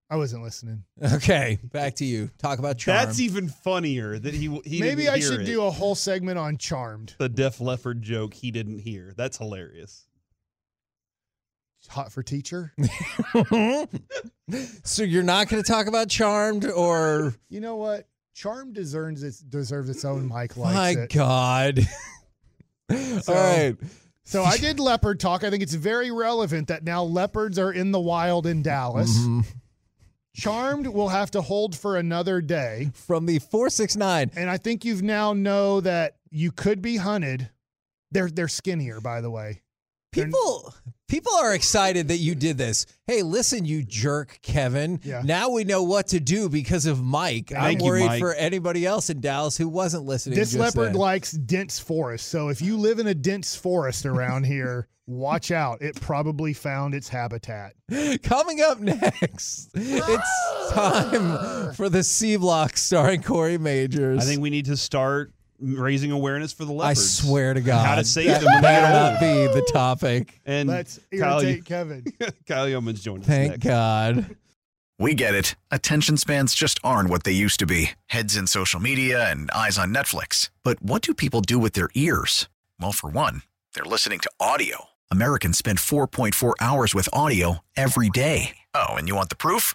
Speaker 2: I wasn't listening.
Speaker 3: Okay, back to you. Talk about charm.
Speaker 4: That's even funnier that he he
Speaker 2: Maybe
Speaker 4: didn't
Speaker 2: I
Speaker 4: hear
Speaker 2: should
Speaker 4: it.
Speaker 2: do a whole segment on Charmed.
Speaker 4: the Def Leopard joke he didn't hear. That's hilarious.
Speaker 2: Hot for teacher.
Speaker 3: so you're not going to talk about charmed or
Speaker 2: you know what? Charmed deserves its deserves its own Mike likes
Speaker 3: my
Speaker 2: it.
Speaker 3: god. All right.
Speaker 2: So I did leopard talk. I think it's very relevant that now leopards are in the wild in Dallas.
Speaker 4: Mm-hmm.
Speaker 3: Mhm.
Speaker 2: Charmed will have to hold for another day.
Speaker 3: From the 469.
Speaker 2: And I think you've now know that you could be hunted. They're they're skinnier, by the way. They're-
Speaker 3: People people are excited that you did this. Hey, listen, you jerk, Kevin.
Speaker 2: Yeah.
Speaker 3: Now we know what to do because of Mike. I'm
Speaker 4: you,
Speaker 3: worried
Speaker 4: Mike.
Speaker 3: for anybody else in Dallas who wasn't listening.
Speaker 2: This
Speaker 3: just
Speaker 2: leopard
Speaker 3: then.
Speaker 2: likes dense forests. So if you live in a dense forest around here, watch out. It probably found its habitat.
Speaker 3: Coming up next, it's
Speaker 2: Ah!
Speaker 3: time for the C Block starring Corey Majors.
Speaker 4: I think we need to start raising awareness for the
Speaker 3: I
Speaker 4: leopards.
Speaker 3: swear to God,
Speaker 4: How to save
Speaker 3: that
Speaker 4: them when they
Speaker 3: better
Speaker 4: get
Speaker 3: not
Speaker 4: old.
Speaker 3: be the topic.
Speaker 4: And
Speaker 2: Let's
Speaker 4: Kyle,
Speaker 2: irritate Kevin.
Speaker 4: Kyle Yeoman's joining us
Speaker 3: Thank
Speaker 4: next.
Speaker 3: God.
Speaker 7: We get it. Attention spans just aren't what they used to be heads in social media and eyes on Netflix. But what do people do with their ears? Well, for one, they're listening to audio. Americans spend 4.4 hours with audio every day. Oh, and you want the proof?